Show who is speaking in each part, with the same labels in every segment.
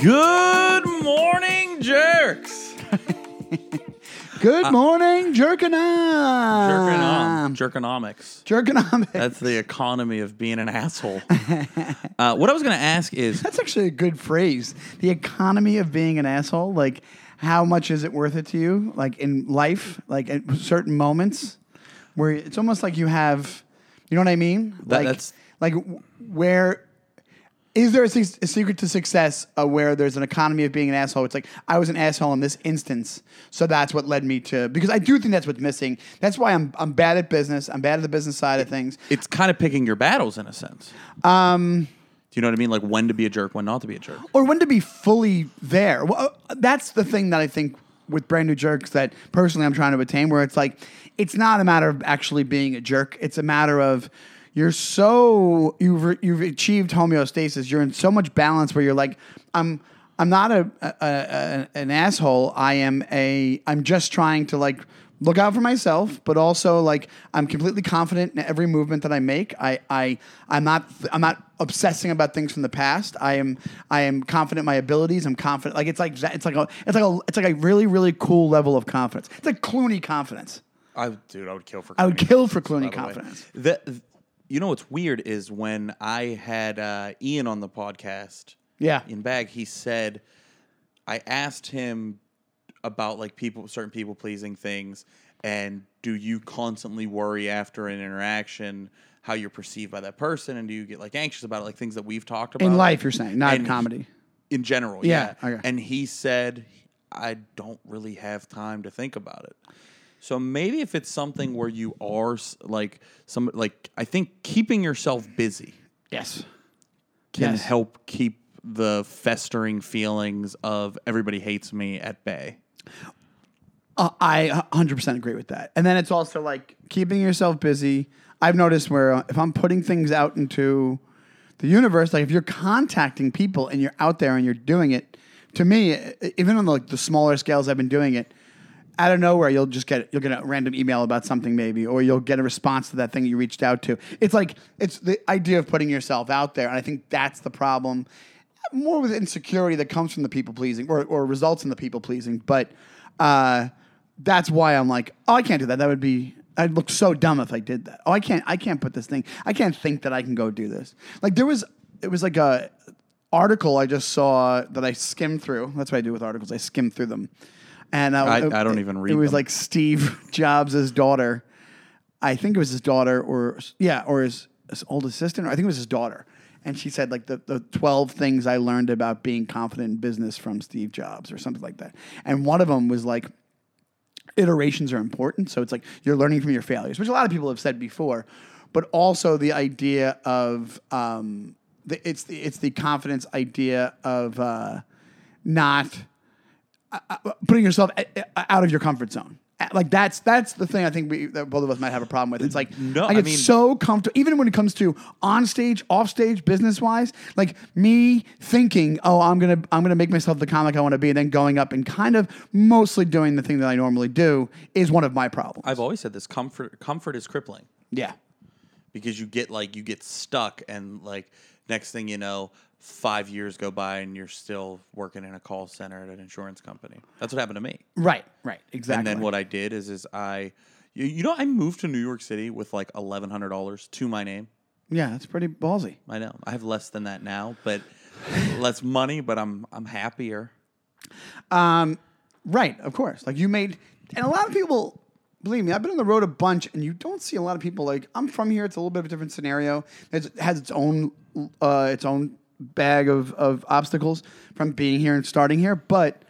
Speaker 1: Good morning, jerks.
Speaker 2: Good morning,
Speaker 1: Jerkonom- Um,
Speaker 2: Jerkonom.
Speaker 1: Jerkonomics.
Speaker 2: Jerkonomics. That's,
Speaker 1: That's the economy of being an asshole. Uh, what I was going to ask is
Speaker 2: actually a good phrase. The economy of being an asshole. Like, how much is it worth it to you? Like in life, like at certain moments, where it's almost like you have, you know what I mean?
Speaker 1: That-
Speaker 2: like,
Speaker 1: that's-
Speaker 2: like w- where. Is there a, se- a secret to success uh, where there's an economy of being an asshole? It's like I was an asshole in this instance, so that's what led me to. Because I do think that's what's missing. That's why I'm I'm bad at business. I'm bad at the business side of things.
Speaker 1: it's kind of picking your battles in a sense. Um, Do you know what I mean? Like when to be a jerk, when not to be a jerk.
Speaker 2: or when to be fully there. Well, uh, that's the thing that I think with brand new jerks that personally I'm trying to attain, where it's like it's not a matter of actually being a jerk. It's a matter of you're so you've re- you've achieved homeostasis. You're in so much balance where you're like I'm. I'm not a, a, a an asshole. I am a. I'm just trying to like look out for myself, but also like I'm completely confident in every movement that I make. I I I'm not I'm not obsessing about things from the past. I am I am confident in my abilities. I'm confident. Like it's like that- it's like a it's like a it's like a really really cool level of confidence. It's like Clooney confidence.
Speaker 1: I dude, I would kill for.
Speaker 2: I would
Speaker 1: Clooney
Speaker 2: kill for
Speaker 1: confidence,
Speaker 2: Clooney
Speaker 1: by the way.
Speaker 2: confidence.
Speaker 1: The, th- you know what's weird is when I had uh, Ian on the podcast.
Speaker 2: Yeah.
Speaker 1: In bag, he said, I asked him about like people, certain people pleasing things, and do you constantly worry after an interaction how you're perceived by that person, and do you get like anxious about it, like things that we've talked about
Speaker 2: In life, you're saying not in
Speaker 1: And-
Speaker 2: comedy.
Speaker 1: in general. Yeah.
Speaker 2: Yeah, okay.
Speaker 1: And he said, I don't really have time to think about it. So maybe if it's something where you are s- like some like I think keeping yourself busy
Speaker 2: Yes.
Speaker 1: can
Speaker 2: Yes.
Speaker 1: help keep the festering feelings of everybody hates me at bay.
Speaker 2: Uh, I 100% agree with that. And then it's also like keeping yourself busy. I've noticed where uh, if I'm putting things out into the universe, like if you're contacting people and you're out there and you're doing it, to me, e- even on like the smaller scales I've been doing it, out of nowhere you'll just get you'll get a random email about something maybe, or you'll get a response to that thing you reached out to. It's like it's the idea of putting yourself out there, and I think that's the problem. More with insecurity that comes from the people pleasing, or, or results in the people pleasing, but uh, that's why I'm like, oh, I can't do that. That would be I'd look so dumb if I did that. Oh, I can't I can't put this thing. I can't think that I can go do this. Like there was it was like a article I just saw that I skimmed through. That's what I do with articles. I skim through them. And I,
Speaker 1: I- I don't even read
Speaker 2: It was
Speaker 1: them.
Speaker 2: like Steve Jobs' daughter. I think it was his daughter, or yeah, or his, his old assistant. Or I think it was his daughter, and she said like the, the twelve things I learned about being confident in business from Steve Jobs, or something like that. And one of them was like iterations are important. So it's like you're learning from your failures, which a lot of people have said before, but also the idea of um, the, it's the, it's the confidence idea of uh, not uh, putting yourself a- a- out of your comfort zone. A- Like that's that's the thing I think we that both of us might have a problem with. It's like
Speaker 1: No,
Speaker 2: I
Speaker 1: I
Speaker 2: get
Speaker 1: mean-
Speaker 2: so comfortable, even when it comes to on stage, off stage, business wise. Like me thinking, oh, I'm gonna I'm gonna make myself the comic I want to be, and then going up and kind of mostly doing the thing that I normally do is one of my problems.
Speaker 1: I've always said this comfort comfort is crippling
Speaker 2: yeah,
Speaker 1: because you get like you get stuck and like next thing you know 5 years go by and you're still working in a call center at an insurance company. That's what happened to me.
Speaker 2: right, right, exactly.
Speaker 1: And then what I did is is I you, you know I moved to New York City with like eleven hundred dollars to my name.
Speaker 2: Yeah, that's pretty ballsy.
Speaker 1: I know. I have less than that now, but less money, but I'm I'm happier.
Speaker 2: Right, of course. Like you made, and a lot of people, believe me, I've been on the road a bunch, and you don't see a lot of people like I'm from here. It's a little bit of a different scenario. It has its own, uh, its own bag of of obstacles from being here and starting here. But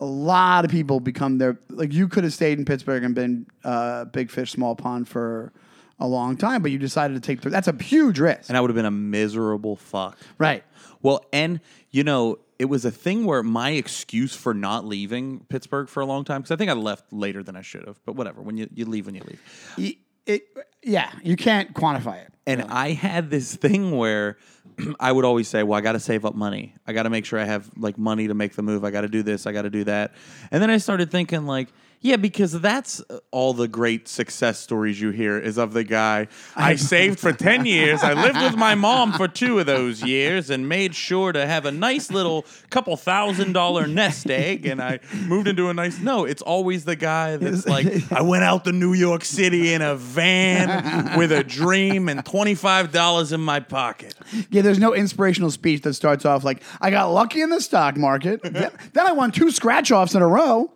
Speaker 2: a lot of people become their like you could have stayed in Pittsburgh and been uh, big fish, small pond for a long time, but you decided to take the, that's a huge risk.
Speaker 1: And I would have been a miserable fuck.
Speaker 2: Right.
Speaker 1: Well, and you know, it was a thing where my excuse for not leaving Pittsburgh for a long time, because I think I left later than I should have, but whatever. When you, you leave when you leave.
Speaker 2: Y- It, yeah, you can't quantify it.
Speaker 1: And I had this thing where I would always say, "Well, I got to save up money. I got to make sure I have like money to make the move. I got to do this. I got to do that." And then I started thinking, like, Yeah, because that's uh, all the great success stories you hear is of the guy I saved for 10 years. I lived with my mom for two of those years and made sure to have a nice little couple thousand dollar nest egg. And I moved into a nice. No, it's always the guy that's like, I went out to New York City in a van with a dream and $25 in my pocket.
Speaker 2: Yeah, there's no inspirational speech that starts off like, I got lucky in the stock market. then, then I won two scratch offs in a row.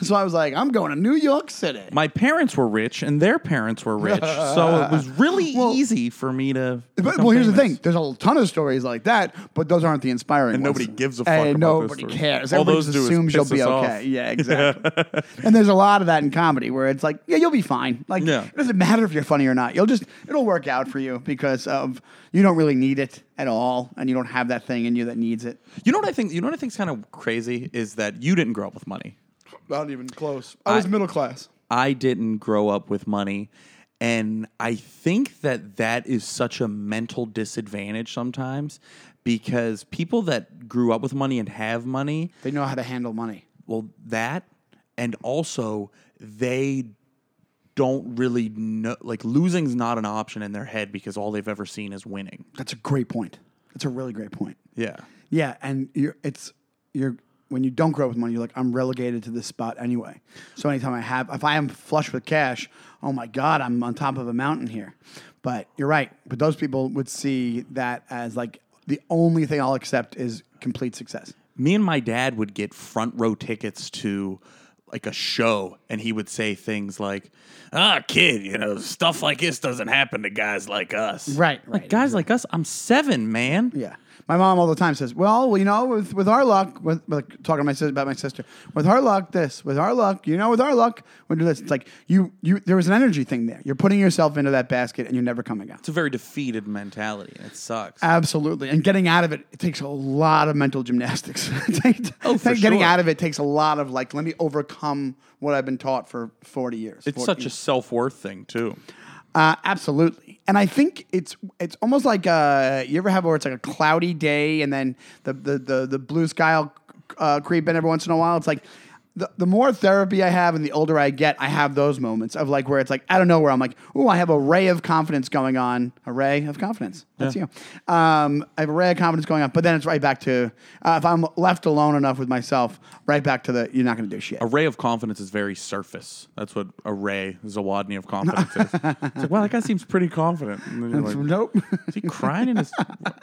Speaker 2: So I was like, I'm going to New York City.
Speaker 1: My parents were rich and their parents were rich. So it was really easy for me to.
Speaker 2: But,
Speaker 1: become
Speaker 2: well, here's the
Speaker 1: famous.
Speaker 2: thing there's a ton of stories like that, but those aren't the inspiring
Speaker 1: And
Speaker 2: ones.
Speaker 1: nobody gives a fuck
Speaker 2: And
Speaker 1: about those
Speaker 2: nobody
Speaker 1: stories.
Speaker 2: cares.
Speaker 1: All
Speaker 2: Everybody
Speaker 1: those
Speaker 2: just
Speaker 1: do is
Speaker 2: assumes you'll
Speaker 1: piss
Speaker 2: be
Speaker 1: us off.
Speaker 2: okay. Yeah, exactly. and there's a lot of that in comedy where it's like, yeah, you'll be fine. Like,
Speaker 1: Yeah.
Speaker 2: it doesn't matter if you're funny or not. You'll just, it'll work out for you because of you don't really need it at all, and you don't have that thing in you that needs it.
Speaker 1: You know what I think? You know what I think's kind of crazy is that you didn't grow up with money.
Speaker 2: Not even close. I was middle class.
Speaker 1: I didn't grow up with money, and I think that that is such a mental disadvantage sometimes because people that grew up with money and have money,
Speaker 2: They know how to handle money.
Speaker 1: well, that and also they don't really know like losing's not an option in their head because all they've ever seen is winning.
Speaker 2: That's a great point. That's a really great point.
Speaker 1: Yeah.
Speaker 2: Yeah, and you're it's you're when you don't grow up with money, you're like I'm relegated to this spot anyway. So anytime I have, if I am flush with cash, oh my god, I'm on top of a mountain here. But you're right. But those people would see that as like the only thing I'll accept is complete success.
Speaker 1: me and my dad would get front row tickets to like a show and he would say things like ah kid you know stuff like this doesn't happen to guys like us
Speaker 2: Right,
Speaker 1: like
Speaker 2: right,
Speaker 1: guys like us i'm seven man
Speaker 2: Yeah. My mom all the time says, "Well, well, you know, with, with our luck, with, like talking to my sis- about my sister, with our luck, this, with our luck, you know, with our luck, we do this." It's like you, you, there was an energy thing there. You're putting yourself into that basket, and you're never coming out.
Speaker 1: it's a very defeated mentality and it sucks
Speaker 2: Absolutely, and getting out of it, it takes a lot of mental gymnastics. It takes-
Speaker 1: Oh, for
Speaker 2: getting
Speaker 1: sure.
Speaker 2: out of it takes a lot of like, let me overcome what I've been taught for forty years.
Speaker 1: it's such a self-worth thing too
Speaker 2: Uh, absolutely, and I think it's it's almost like uh, you ever have where it's like a cloudy day, and then the the the, the blue sky will uh, creep in every once in a while. It's like the, the more therapy I have, and the older I get, I have those moments of like where it's like I don't know where I'm like, oh, I have a ray of confidence going on, a ray of confidence. That's you. Um, I have a ray of confidence going on, but then it's right back to uh, if I'm left alone enough with myself, right back to the you're not going to do shit.
Speaker 1: a ray of confidence is very surface that's what a ray zawadney of confidence is it's like wow that guy seems pretty confident and then you're like,
Speaker 2: Nope.
Speaker 1: is he crying in his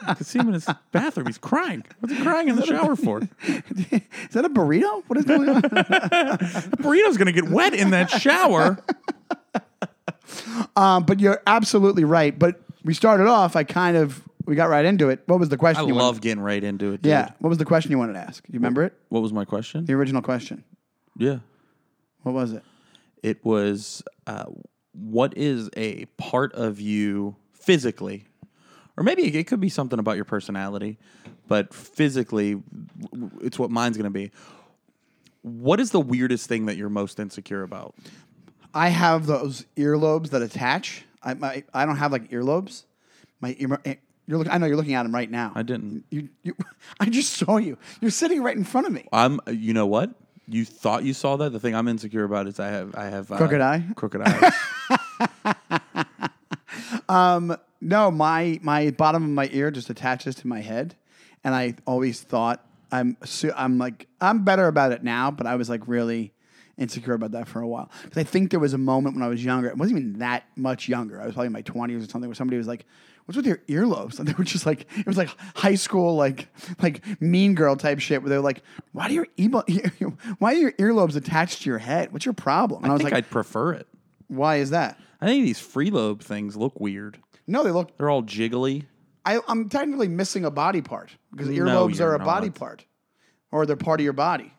Speaker 1: i can see him in his bathroom he's crying what's he crying in the shower for
Speaker 2: is that a burrito? What is going on?
Speaker 1: burrito's gonna get wet in that shower.
Speaker 2: Um, but you're absolutely right. But we started off. I kind of we got right into it. What was the question?
Speaker 1: I
Speaker 2: you
Speaker 1: love
Speaker 2: Wanted,
Speaker 1: getting right into it. Dude.
Speaker 2: yeah. What was the question you wanted to ask? You remember it?
Speaker 1: What was my question?
Speaker 2: The original question.
Speaker 1: Yeah.
Speaker 2: What was it?
Speaker 1: It was uh, what is a part of you physically, or maybe it could be something about your personality, but physically, w- w- it's what mine's going to be. What is the weirdest thing that you're most insecure about?
Speaker 2: I have those earlobes that attach. I my, I don't have like earlobes. My ear, you're look, I know you're looking at them right now.
Speaker 1: I didn't.
Speaker 2: You, you I just saw you. You're sitting right in front of me.
Speaker 1: I'm. You know what? You thought you saw that. The thing I'm insecure about is I have. I have uh,
Speaker 2: Crooked eye?
Speaker 1: Crooked eye.
Speaker 2: No, my my bottom of my ear just attaches to my head, and I always thought I'm su- I'm like I'm better about it now, but I was like really insecure about that for a while because I think there was a moment when I was younger. I wasn't even that much younger. I was probably in my twenties or something, where somebody was like, "What's with your earlobes?" And they were just like, it was like high school like like mean girl type shit where they were like, "Why do your emo- why are your earlobes attached to your head? What's your problem?" And
Speaker 1: I
Speaker 2: I, was
Speaker 1: think
Speaker 2: like,
Speaker 1: I'd prefer it.
Speaker 2: "Why is that?"
Speaker 1: I think these free lobe things look weird.
Speaker 2: No, they look
Speaker 1: They're all jiggly.
Speaker 2: I, I'm technically missing a body part because
Speaker 1: No,
Speaker 2: earlobes
Speaker 1: you're
Speaker 2: are a body
Speaker 1: not.
Speaker 2: part, or they're part of your body.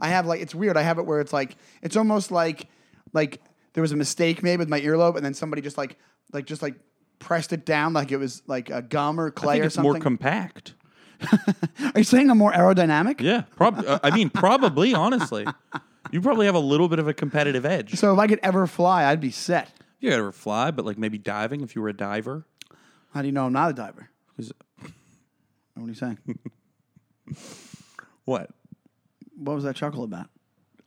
Speaker 2: I have like it's weird. I have it where it's like it's almost like like there was a mistake made with my earlobe, and then somebody just like like just like pressed it down like it was like a gum or
Speaker 1: I
Speaker 2: clay
Speaker 1: think
Speaker 2: or
Speaker 1: it's more
Speaker 2: something.
Speaker 1: compact.
Speaker 2: are you saying I'm more aerodynamic?
Speaker 1: Yeah, prob- uh, I mean, probably. Honestly, you probably have a little bit of a competitive edge.
Speaker 2: So if I could ever fly, I'd be set.
Speaker 1: You gotta fly, but like maybe diving if you were a diver.
Speaker 2: How do you know I'm not a diver?
Speaker 1: 'Cause-
Speaker 2: What are you saying?
Speaker 1: What?
Speaker 2: what was that chuckle about?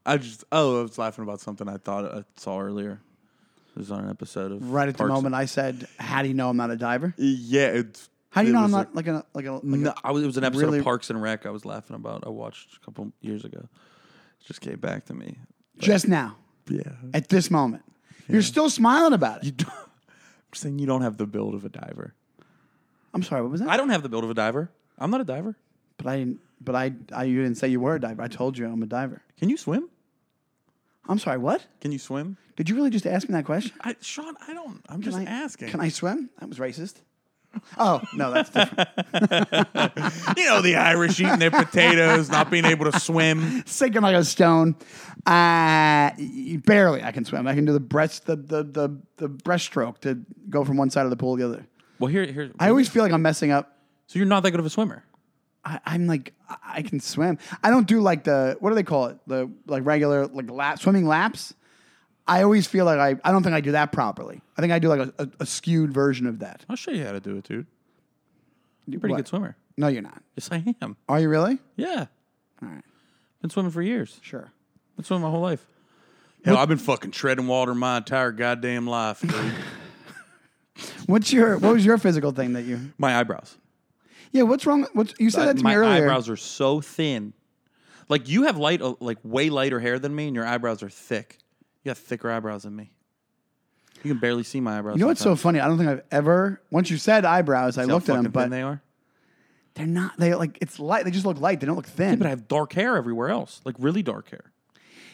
Speaker 1: I just oh, I was laughing about something I thought I saw earlier. It was on an episode of
Speaker 2: Right at the
Speaker 1: Parks and- Uh,
Speaker 2: moment, I said, "How do you know I'm not a diver?
Speaker 1: Yeah, it's
Speaker 2: How do you
Speaker 1: it
Speaker 2: know I'm
Speaker 1: was
Speaker 2: not like a like a like
Speaker 1: no, I was, it was an episode
Speaker 2: really-
Speaker 1: of Parks and Rec I was laughing about. I watched a couple years ago. It just came back to me.
Speaker 2: a, just now
Speaker 1: Yeah.
Speaker 2: at this moment? You're still smiling about it.
Speaker 1: You don't, I'm saying you don't have the build of a diver.
Speaker 2: I'm sorry, what was that?
Speaker 1: I don't have the build of a diver. I'm not a diver.
Speaker 2: but I didn't. But I, I you didn't say you were a diver. I told you I'm a diver.
Speaker 1: Can you swim?
Speaker 2: I'm sorry. What?
Speaker 1: Can you swim?
Speaker 2: Did you really just ask me that question?
Speaker 1: I, Sean, I don't. I'm just
Speaker 2: Can I-
Speaker 1: asking.
Speaker 2: Can I swim? That was racist. Oh no, that's different.
Speaker 1: you know, the Irish eating their potatoes, not being able to swim.
Speaker 2: Sinking like a stone. Uh, y- barely. I can swim. I can do the breast, the the the, the breaststroke to go from one side of the pool to the other.
Speaker 1: Well, here, here.
Speaker 2: I always feel like I'm messing up.
Speaker 1: so you're not that good of a swimmer.
Speaker 2: I, I'm like I- I can swim. I don't do like the what do they call it? The like regular like lap swimming laps. I always feel like I, I don't think I do that properly. I think I do like a, a, a skewed version of that.
Speaker 1: I'll show you how to do it, dude. You're a pretty
Speaker 2: What?
Speaker 1: good swimmer.
Speaker 2: No, you're not.
Speaker 1: Yes, I am.
Speaker 2: Are you really?
Speaker 1: Yeah.
Speaker 2: All right,
Speaker 1: Been swimming for years.
Speaker 2: sure.
Speaker 1: Been swimming my whole life. Hell, I've been fucking treading water my entire goddamn life. dude.
Speaker 2: What's your what was your physical thing that you? Uh,
Speaker 1: my eyebrows.
Speaker 2: Yeah, what's wrong? What's you said that to
Speaker 1: my
Speaker 2: me earlier?
Speaker 1: eyebrows are so thin. Like you have light, uh, like way lighter hair than me, and your eyebrows are thick. You have thicker eyebrows than me. You can barely see my eyebrows.
Speaker 2: You know what's so
Speaker 1: sometimes.
Speaker 2: funny? I don't think I've ever. Once you said eyebrows, I
Speaker 1: See how
Speaker 2: looked at them,
Speaker 1: fucking thin
Speaker 2: but
Speaker 1: they are.
Speaker 2: they- are not. They like it's light. They just look light. They don't look thin. Yeah,
Speaker 1: But I have dark hair everywhere else, like really dark hair.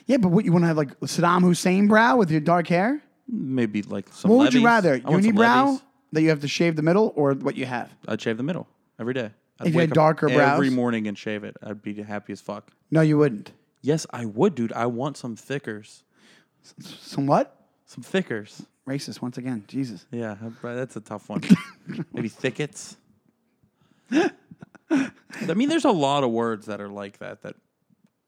Speaker 2: but what you want to have like Saddam Hussein brow with your dark hair?
Speaker 1: Maybe like some.
Speaker 2: What would you
Speaker 1: levies.
Speaker 2: rather,
Speaker 1: I want some
Speaker 2: unibrow
Speaker 1: levies.
Speaker 2: that you have to shave the middle, or what you have?
Speaker 1: I'd shave the middle every day. I'd
Speaker 2: If you had
Speaker 1: wake up
Speaker 2: darker
Speaker 1: every
Speaker 2: brows?
Speaker 1: morning and shave it, I'd be happy as fuck.
Speaker 2: No, you wouldn't.
Speaker 1: Yes, I would, dude. I want some thickers,
Speaker 2: Some what?
Speaker 1: some thickers.
Speaker 2: Racist once again. Jesus.
Speaker 1: Yeah, I- bro, that's a tough one. Maybe thickets. I mean, there's a lot of words that are like that that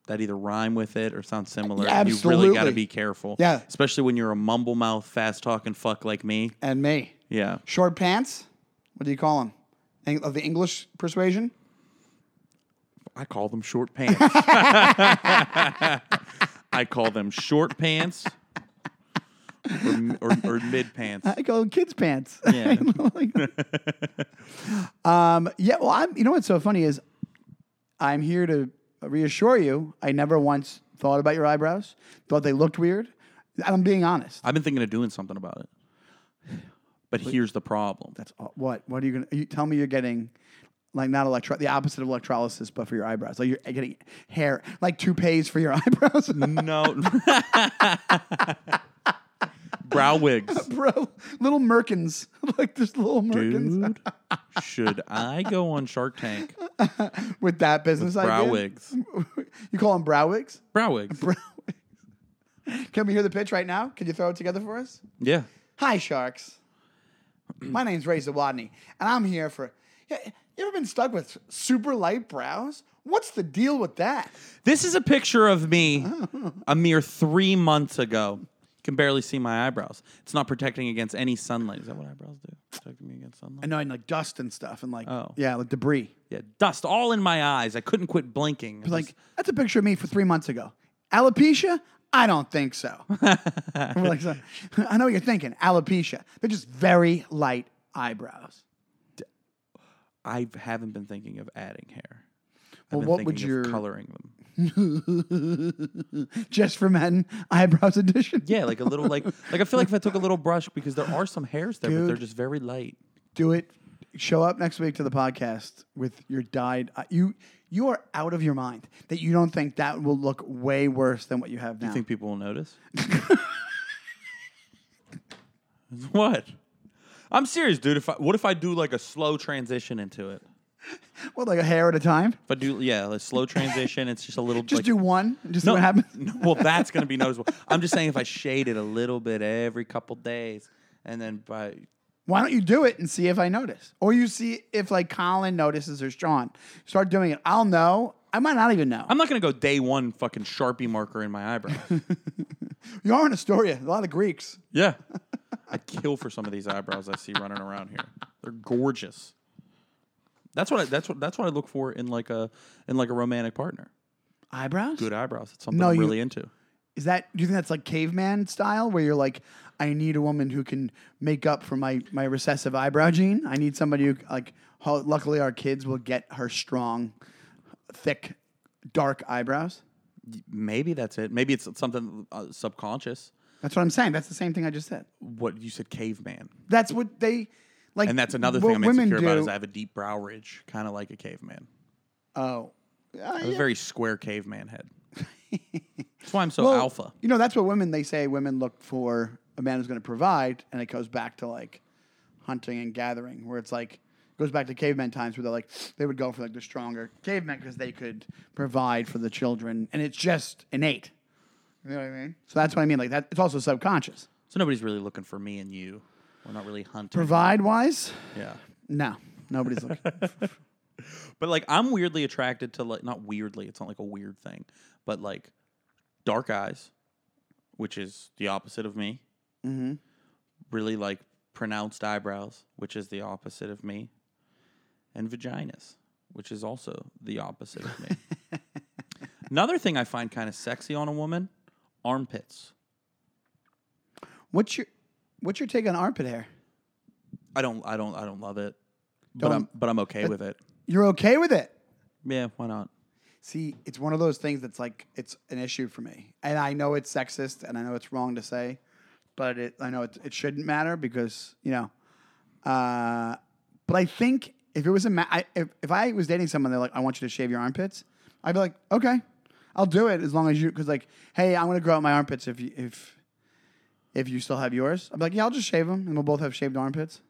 Speaker 1: that either rhyme with it or sound similar.
Speaker 2: Yeah,
Speaker 1: you really got to
Speaker 2: absolutely.
Speaker 1: be careful.
Speaker 2: Yeah.
Speaker 1: especially when you're a mumble mouth, fast talking fuck like me.
Speaker 2: And me.
Speaker 1: Yeah,
Speaker 2: Short pants. What do you call them? Eng- of the English persuasion.
Speaker 1: I call them short pants. I call them short pants or, or, or mid pants.
Speaker 2: I go kids pants.
Speaker 1: Yeah.
Speaker 2: um, yeah. Well, I'm. You know what's so funny is, I'm here to reassure you. I never once thought about your eyebrows. Thought they looked weird. I'm being honest.
Speaker 1: I've been thinking of doing something about it, but here's the problem.
Speaker 2: That's all, what? What are you gonna? You tell me you're getting like not electro, the opposite of electrolysis, but for your eyebrows. Like you're getting hair, like toupees for your eyebrows,
Speaker 1: Mm. No. Brow wigs.
Speaker 2: bro. Little merkins, like just little merkins
Speaker 1: Dude, should I go on Shark Tank?
Speaker 2: with that business
Speaker 1: Brow
Speaker 2: idea.
Speaker 1: wigs.
Speaker 2: you call them brow wigs.
Speaker 1: Brow wigs.
Speaker 2: Brow wigs. Can we hear the pitch right now? Can you throw it together for us?
Speaker 1: Yeah.
Speaker 2: Hi, sharks. My name's Ray Zawadny, and I'm here for. Yeah, You ever been stuck with super light brows? What's the deal with that?
Speaker 1: This is a picture of me a mere three months ago. You can barely see my eyebrows. It's not protecting against any sunlight. Is that what eyebrows do? Protecting me against sunlight?
Speaker 2: I know, and like dust and stuff, and like
Speaker 1: Oh.
Speaker 2: yeah, like debris.
Speaker 1: Yeah, dust all in my eyes. I couldn't quit blinking. It
Speaker 2: Like that's a picture of me for three months ago. Alopecia? I don't think so. And we're like, so- I know what you're thinking. Alopecia. They're just very light eyebrows.
Speaker 1: I haven't been thinking of adding hair. I've
Speaker 2: Well,
Speaker 1: been
Speaker 2: what would
Speaker 1: thinking
Speaker 2: your-
Speaker 1: of coloring them?
Speaker 2: Just for men, eyebrows edition.
Speaker 1: Yeah, like a little like like I feel like if I took a little brush because there are some hairs there, but they're just very light.
Speaker 2: Do it. Show up next week to the podcast with your dyed. eye- You you are out of your mind that you don't think that will look way worse than what you have now.
Speaker 1: You think people will notice? what? I'm serious, dude. If I, what if I do like a slow transition into it?
Speaker 2: what, like a hair at a time?
Speaker 1: If I do, yeah, a slow transition, it's just a little.
Speaker 2: Just
Speaker 1: like,
Speaker 2: do one and just see
Speaker 1: No,
Speaker 2: what happens.
Speaker 1: no, well, that's gonna be noticeable. I'm just saying, if I shade it a little bit every couple days, and then by
Speaker 2: Why don't you do it and see if I notice? Or you see if like Colin notices or Sean. Start doing it. I'll know. I might not even know.
Speaker 1: I'm not gonna go day one fucking sharpie marker in my eyebrow.
Speaker 2: you are in Astoria. A lot of Greeks.
Speaker 1: yeah, I kill for some of these eyebrows I see running around here. They're gorgeous. That's what I, that's what that's what I look for in like a in like a romantic partner.
Speaker 2: Eyebrows?
Speaker 1: good eyebrows. It's something
Speaker 2: No,
Speaker 1: I'm
Speaker 2: you-
Speaker 1: really into.
Speaker 2: Is that do you think that's like caveman style where you're like, I need a woman who can make up for my my recessive eyebrow gene. I need somebody who like. ho- Luckily, our kids will get her strong, thick, dark eyebrows.
Speaker 1: Maybe that's it. Maybe it's something uh, subconscious.
Speaker 2: That's what I'm saying. That's the same thing I just said.
Speaker 1: What you said, caveman,
Speaker 2: That's what they like.
Speaker 1: and that's another
Speaker 2: what
Speaker 1: thing I'm
Speaker 2: women
Speaker 1: insecure about
Speaker 2: do-
Speaker 1: is I have a deep brow ridge, kind of like a caveman.
Speaker 2: oh, Uh,
Speaker 1: I have a very square caveman head. that's why I'm so
Speaker 2: Well,
Speaker 1: alpha.
Speaker 2: You know, that's what women they say women look for a man who's going to provide, and it goes back to like hunting and gathering, where it's like goes back to caveman times where they're like they would go for like the stronger cavemen because they could provide for the children, and it's just innate. You know what I mean? So that's what I mean. Like that, it's also subconscious.
Speaker 1: So nobody's really looking for me and you. We're not really hunting.
Speaker 2: Provide wise,
Speaker 1: yeah.
Speaker 2: no, nobody's looking.
Speaker 1: But like I'm weirdly attracted to like not weirdly, it's not like a weird thing, but like dark eyes, which is the opposite of me. Mm-hmm. Really like pronounced eyebrows, which is the opposite of me, and vaginas, which is also the opposite of me. Another thing I find kind of sexy on a woman, armpits.
Speaker 2: what's your what's your take on armpit hair?
Speaker 1: I don't I don't I don't love it. But
Speaker 2: Don't-
Speaker 1: I'm but I'm okay with it.
Speaker 2: You're okay with it?
Speaker 1: Yeah, why not?
Speaker 2: See, it's one of those things that's like it's an issue for me, and I know it's sexist, and I know it's wrong to say, but it, I know it, it shouldn't matter because you know. Uh, but I think if it was a ma- I, if if I was dating someone, they're like, "I want you to shave your armpits," I'd be like, "Okay, I'll do it as long as you." Because like, hey, I'm gonna grow out my armpits if you if if you still have yours. I'm like, yeah, I'll just shave them, and we'll both have shaved armpits.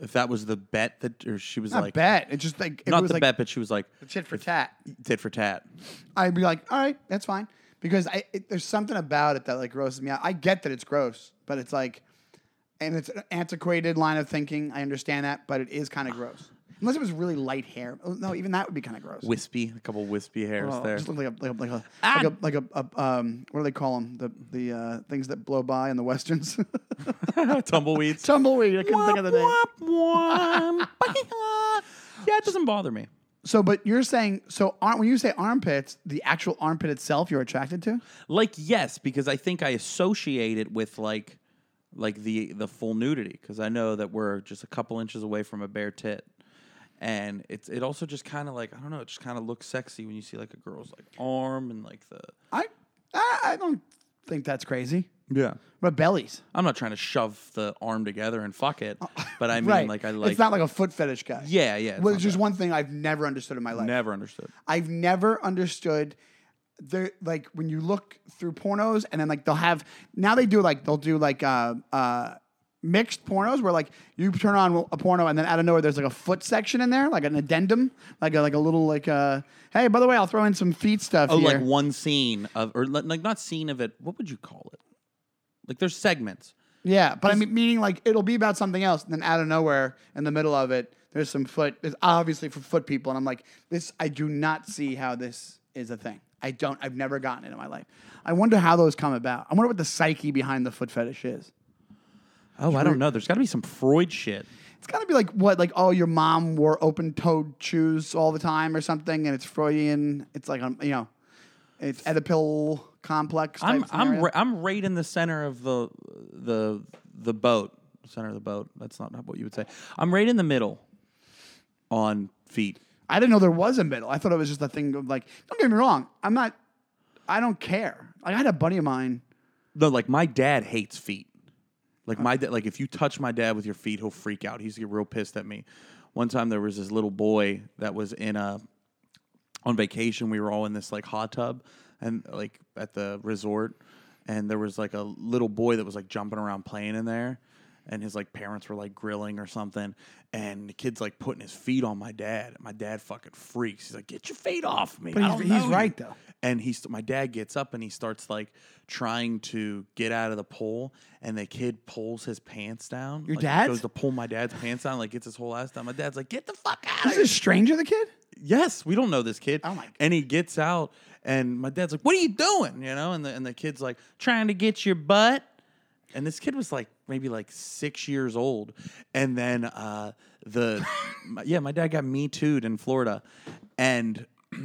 Speaker 1: If that was the bet that or she was
Speaker 2: Not
Speaker 1: like
Speaker 2: bet. It's just like if it
Speaker 1: not
Speaker 2: was
Speaker 1: the
Speaker 2: like
Speaker 1: bet, but she was like
Speaker 2: tit for tat.
Speaker 1: tit for tat.
Speaker 2: I'd be like, all right, that's fine. Because I, it, there's something about it that like grosses me out. I get that it's gross, but it's like, and it's an antiquated line of thinking. I understand that, but it is kind of gross. Unless it was really light hair. Oh, No, even that would be kind of gross.
Speaker 1: wispy, a couple wispy hairs
Speaker 2: Oh,
Speaker 1: there.
Speaker 2: Just look like a, like a, like a, like a, like a, a um, what do they call them? The, the uh, things that blow by in the westerns.
Speaker 1: Tumbleweeds.
Speaker 2: Tumbleweed. I couldn't think of the name.
Speaker 1: yeah, it doesn't bother me.
Speaker 2: So, but you're saying, so aren't, when you say armpits, the actual armpit itself you're attracted to?
Speaker 1: Like yes, because I think I associate it with like like the the full nudity because I know that we're just a couple inches away from a bare tit. And it's it also just kind of like I don't know it just kind of looks sexy when you see like a girl's like arm and like the
Speaker 2: I, I, I don't think that's crazy.
Speaker 1: yeah
Speaker 2: But bellies.
Speaker 1: I'm not trying to shove the arm together and fuck it but I mean like I like
Speaker 2: Uh, It's not like a foot fetish guy.
Speaker 1: yeah yeah it's
Speaker 2: Which
Speaker 1: not
Speaker 2: is one thing I've never understood in my
Speaker 1: bad.
Speaker 2: life.
Speaker 1: never understood
Speaker 2: I've never understood the like when you look through pornos and then like they'll have now they do like they'll do like uh uh mixed pornos where like you turn on a porno and then out of nowhere there's like a foot section in there like an addendum like a, like a little like uh hey by the way I'll throw in some feet stuff
Speaker 1: Oh,
Speaker 2: here.
Speaker 1: like one scene of, or li- like not scene of it. What would you call it? Like there's segments.
Speaker 2: Yeah, but I mean, meaning like it'll be about something else, and then out of nowhere, in the middle of it, there's some foot. It's obviously for foot people, and I'm like, this. I do not see how this is a thing. I don't. I've never gotten it in my life. I wonder how those come about. I wonder what the psyche behind the foot fetish is.
Speaker 1: Oh, I don't know. There's got to be some Freud shit.
Speaker 2: It's got to be like what, like oh, your mom wore open-toed shoes all the time or something, and it's Freudian. It's like um, you know, it's Oedipal complex. Type
Speaker 1: I'm I'm
Speaker 2: scenario.
Speaker 1: ri- I'm right in the center of the the the boat. Center of the boat. That's not what you would say. I'm right in the middle on feet.
Speaker 2: I didn't know there was a middle. I thought it was just a thing of like, don't get me wrong. I'm not, I don't care. Like, I had a buddy of mine.
Speaker 1: No, like my dad hates feet. Like my dad, like if you touch my dad with your feet, he'll freak out. He's get real pissed at me. One time there was this little boy that was in a on vacation. We were all in this like hot tub and like at the resort, and there was like a little boy that was like jumping around playing in there, and his like parents were like grilling or something, and the kid's like putting his feet on my dad. And my dad fucking freaks. He's like, "Get your feet off me!"
Speaker 2: But
Speaker 1: I
Speaker 2: he's,
Speaker 1: don't
Speaker 2: he's
Speaker 1: know you."
Speaker 2: right though.
Speaker 1: and he's my dad gets up and he starts like trying to get out of the pool and the kid pulls his pants down your
Speaker 2: dad's?
Speaker 1: goes to pull my dad's pants down like gets his whole ass down my dad's like get the fuck out of
Speaker 2: Is
Speaker 1: here
Speaker 2: this a stranger, the kid?
Speaker 1: yes we don't know this kid
Speaker 2: Oh my God.
Speaker 1: and he gets out and my dad's like what are you doing you know and the, and the kid's like trying to get your butt and this kid was like maybe like six years old and then uh the my, yeah my dad got me too'd in florida and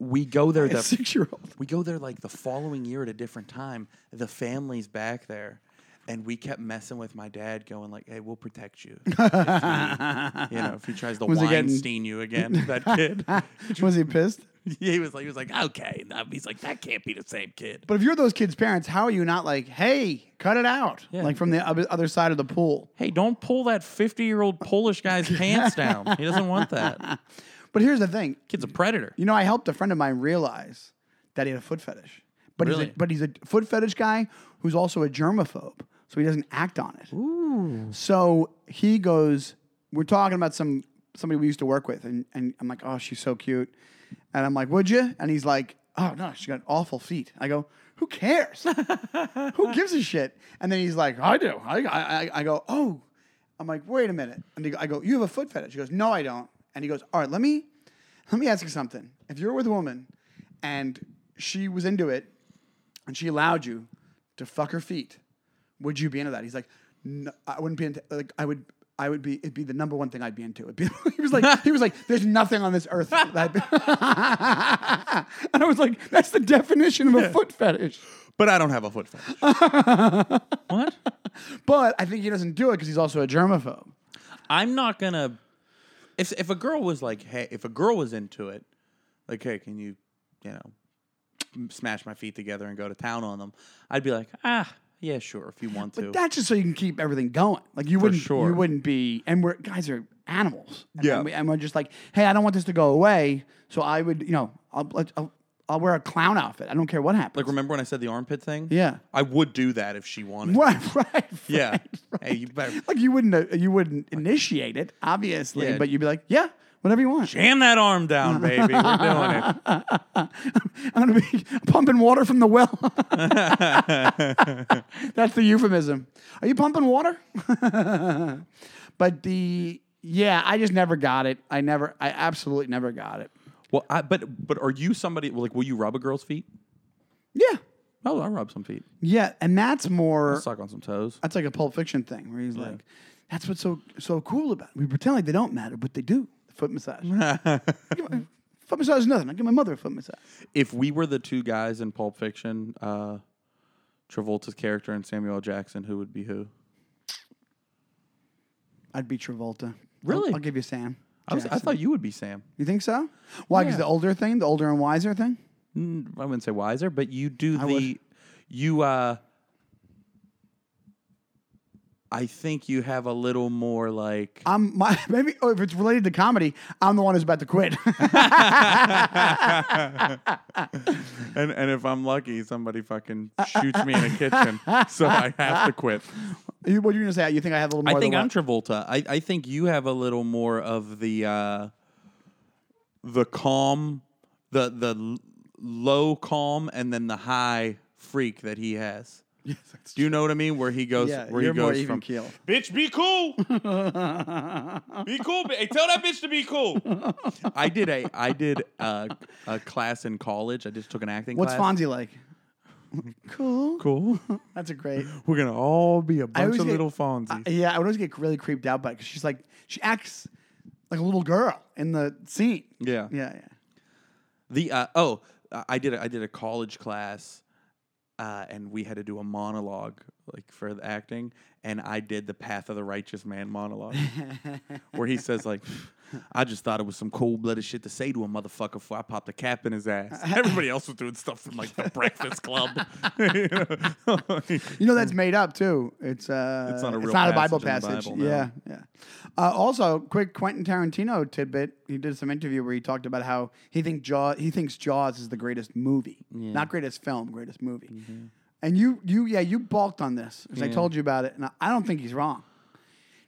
Speaker 1: we go there the
Speaker 2: six year old.
Speaker 1: we go there like the following year at a different time. The family's back there, and we kept messing with my dad, going like, "Hey, we'll protect you." If he, you know, if he tries to
Speaker 2: Was he getting-
Speaker 1: Weinstein you again, that kid.
Speaker 2: Was he pissed?
Speaker 1: he was like, he was like, okay. And he's like, that can't be the same kid.
Speaker 2: But if you're those kids' parents, how are you not like, hey, cut it out?
Speaker 1: Yeah.
Speaker 2: Like from the ob- other side of the pool.
Speaker 1: Hey, don't pull that fifty-year-old Polish guy's pants down. He doesn't want that.
Speaker 2: But here's the thing
Speaker 1: Kid's a predator.
Speaker 2: You know, I helped a friend of mine realize that he had a foot fetish. But he's
Speaker 1: Really?
Speaker 2: a, but he's a foot fetish guy who's also a germaphobe, so he doesn't act on it. So he goes, we're talking about some somebody we used to work with, and, and I'm like, oh, she's so cute, and I'm like, would you? And he's like, oh no, she's got awful feet. I go, who cares? who gives a shit? And then he's like, I do. I I, I- I go, oh. I'm like, wait a minute. And he- I go, you have a foot fetish. He goes, no, I don't. And he goes, all right, let me let me ask you something. If you're with a woman and she was into it and she allowed you to fuck her feet, would you be into that? He's like, no, I wouldn't be into. Like, I would. I would be. It'd be the number one thing I'd be into. It'd be, he was like, he was like, there's nothing on this earth. That I'd be. and I was like, that's the definition of a foot fetish.
Speaker 1: But I don't have a foot fetish. what?
Speaker 2: But I think he doesn't do it because he's also a germaphobe.
Speaker 1: I'm not gonna. If if a girl was like, hey, if a girl was into it, like, hey, can you, you know, m- smash my feet together and go to town on them? I'd be like, ah, yeah, sure, if you want to.
Speaker 2: That's just so you can keep everything going. Like you wouldn't,
Speaker 1: sure.
Speaker 2: you wouldn't be. And we're guys are animals. And
Speaker 1: Yeah.
Speaker 2: and we, and we're just like, hey, I don't want this to go away. So I would, you know, I'll let- I'll, I'll wear a clown outfit. I don't care what happens.
Speaker 1: like, remember when I said the armpit thing?
Speaker 2: Yeah.
Speaker 1: I would do that if she wanted.
Speaker 2: right, right, right.
Speaker 1: Yeah. Hey, you better
Speaker 2: Like you wouldn't, uh, you wouldn't initiate it, obviously,
Speaker 1: Yeah.
Speaker 2: but you'd be like, yeah, whatever you want.
Speaker 1: jam that arm down, baby. We're doing it.
Speaker 2: I'm gonna be pumping water from the well. That's the euphemism. Are you pumping water? but the yeah, I just never got it. I never, I absolutely never got it.
Speaker 1: Well, I, but but are you somebody like? Will you rub a girl's feet?
Speaker 2: Yeah,
Speaker 1: Oh, I rub some feet.
Speaker 2: yeah, and that's more.
Speaker 1: Suck on some toes.
Speaker 2: That's like a Pulp Fiction thing where he's like, "That's what's so so cool about it. We pretend like they don't matter, but they do." The foot massage. I give my- foot massage is nothing. I give my mother a foot massage.
Speaker 1: if we were the two guys in Pulp Fiction, uh, Travolta's character and Samuel L. Jackson, who would be who?
Speaker 2: I'd be Travolta.
Speaker 1: Really?
Speaker 2: I'll, I'll give you Sam.
Speaker 1: I, was, I
Speaker 2: Jackson.
Speaker 1: thought you would be Sam.
Speaker 2: You think so? Why? Because
Speaker 1: Yeah.
Speaker 2: the older thing, the older and wiser thing.
Speaker 1: Mm, I wouldn't say wiser, but you do the
Speaker 2: would.
Speaker 1: you. Uh, I think you have a little more like
Speaker 2: I'm my maybe oh, if it's related to comedy, I'm the one who's about to quit.
Speaker 1: and and if I'm lucky, somebody fucking shoots me in a kitchen, so I have to quit.
Speaker 2: You- what are you gonna say? You think I have a little more?
Speaker 1: I
Speaker 2: of
Speaker 1: think
Speaker 2: the
Speaker 1: I'm
Speaker 2: what?
Speaker 1: Travolta. I, I think you have a little more of the uh, the calm, the the l- low calm, and then the high freak that he has.
Speaker 2: Yes, that's
Speaker 1: Do you know what I mean? Where he goes,
Speaker 2: yeah,
Speaker 1: where
Speaker 2: you're
Speaker 1: he goes
Speaker 2: more even
Speaker 1: from.
Speaker 2: keel.
Speaker 1: Bitch, be cool. be cool. Hey, tell that bitch to be cool. I did a I did a, a class in college. I just took an acting
Speaker 2: What's
Speaker 1: class.
Speaker 2: Fonzie like? cool.
Speaker 1: Cool.
Speaker 2: That's a great.
Speaker 1: We're gonna all be a bunch
Speaker 2: always
Speaker 1: of
Speaker 2: get-
Speaker 1: little Fonzies.
Speaker 2: Yeah, I would always get really creeped out by because she's like she acts like a little girl in the scene.
Speaker 1: yeah.
Speaker 2: Yeah, yeah.
Speaker 1: The uh, oh, uh, I did a, I did a college class, uh, and we had to do a monologue like for the acting, and I did the Path of the Righteous Man monologue, where he says like, "I just thought it was some cold blooded shit to say to a motherfucker before I popped a cap in his ass." Everybody else was doing stuff from like the Breakfast Club. You know?
Speaker 2: You know that's made up too. It's uh,
Speaker 1: Hmm. It's not a real
Speaker 2: Bible
Speaker 1: passage in the
Speaker 2: passage.
Speaker 1: Bible, no.
Speaker 2: Yeah, yeah. Uh, also, quick Quentin Tarantino tidbit. He did some interview where he talked about how he think Jaws. He thinks Jaws is the greatest movie, not greatest film, greatest movie.
Speaker 1: Mm-hmm.
Speaker 2: And you, you, yeah, you balked on this 'cause I told you about it, and I- I don't think he's wrong.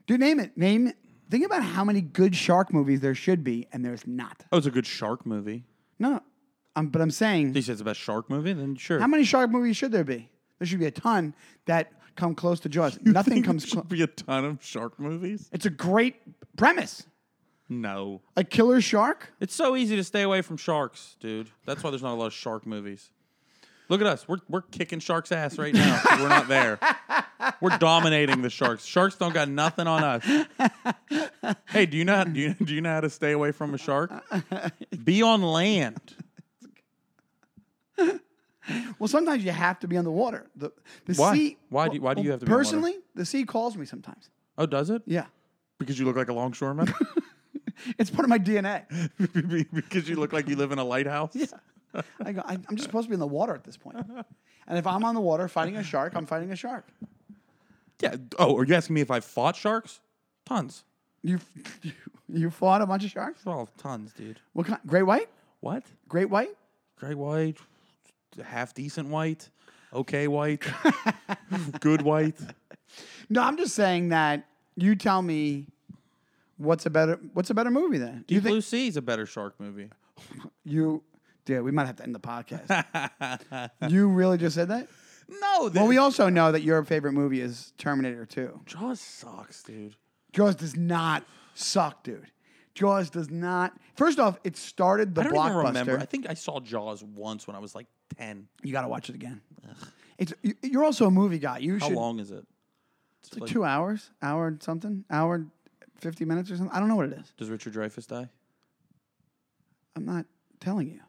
Speaker 2: Dude, name it. Name. it. Think about how many good shark movies there should be, and there's not.
Speaker 1: oh, it's a good shark movie.
Speaker 2: No, um, but I'm saying
Speaker 1: He says it's the best shark movie. Then sure.
Speaker 2: how many shark movies should there be? There should be a ton that come close to Jaws. Nothing
Speaker 1: Think
Speaker 2: comes.
Speaker 1: there
Speaker 2: close.
Speaker 1: should be a ton of shark movies.
Speaker 2: It's a great premise.
Speaker 1: No.
Speaker 2: A killer shark.
Speaker 1: It's so easy to stay away from sharks, dude. That's why there's not a lot of shark movies. Look at us. We're, we're kicking sharks' ass right now. 'cause we're not there. We're dominating the sharks. Sharks don't got nothing on us. Hey, do you know how, do you, do you know how to stay away from a shark? Be on land.
Speaker 2: Well, sometimes you have to be on the water. The, the
Speaker 1: Why?
Speaker 2: sea.
Speaker 1: Why do you- why do you have to be on water?
Speaker 2: Personally, the sea calls me sometimes.
Speaker 1: Oh, does it?
Speaker 2: Yeah,
Speaker 1: Because you look like a longshoreman?
Speaker 2: it's part of my DNA.
Speaker 1: because you look like you live in a lighthouse? Yeah.
Speaker 2: I go, I, I'm just supposed to be in the water at this point. And if I'm on the water fighting a shark, I'm fighting a shark.
Speaker 1: yeah. Oh, are you asking me if I fought sharks? Tons.
Speaker 2: You, you, you fought a bunch of sharks.
Speaker 1: Oh, tons, dude.
Speaker 2: What kind? Great white,
Speaker 1: What?
Speaker 2: great white.
Speaker 1: Great white, half decent white, okay white, good white.
Speaker 2: No, I'm just saying that you tell me what's a better what's a better movie then? Do you
Speaker 1: Deep
Speaker 2: think
Speaker 1: Blue Sea is a better shark movie.
Speaker 2: you? Dude, we might have to end the podcast. you really just said that?
Speaker 1: No, the,
Speaker 2: Well, we also know that your favorite movie is Terminator 2.
Speaker 1: Jaws sucks, dude.
Speaker 2: Jaws does not suck, dude. Jaws does not. First off, it started the
Speaker 1: I don't even
Speaker 2: blockbuster.
Speaker 1: remember. I think I saw Jaws once when I was like ten.
Speaker 2: You got to watch it again. It's you- you're also a movie guy. You
Speaker 1: How
Speaker 2: should
Speaker 1: long is it? It's like-
Speaker 2: two hours, hour and something, hour and fifty minutes or something. I don't know what it is.
Speaker 1: Does Richard Dreyfuss die?
Speaker 2: I'm not telling you.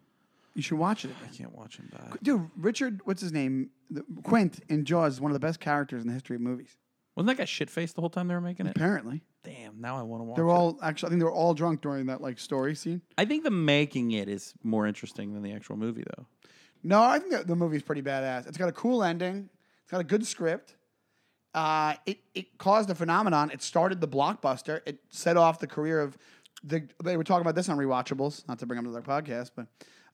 Speaker 2: You should watch it again.
Speaker 1: I can't watch him die.
Speaker 2: Dude, Richard, what's his name? The- Quint in Jaws is one of the best characters in the history of movies.
Speaker 1: Wasn't that guy shit faced the whole time they were making it?
Speaker 2: Apparently,
Speaker 1: Damn, now I want to watch.
Speaker 2: they're
Speaker 1: it.
Speaker 2: all actually. I think they were all drunk during that like story scene.
Speaker 1: I think the making it is more interesting than the actual movie, though.
Speaker 2: No, I think the, the movie's pretty badass. It's got a cool ending. It's got a good script. Uh, it it caused a phenomenon. It started the blockbuster. It set off the career of the. They were talking about this on rewatchables, not to bring them to their podcast, but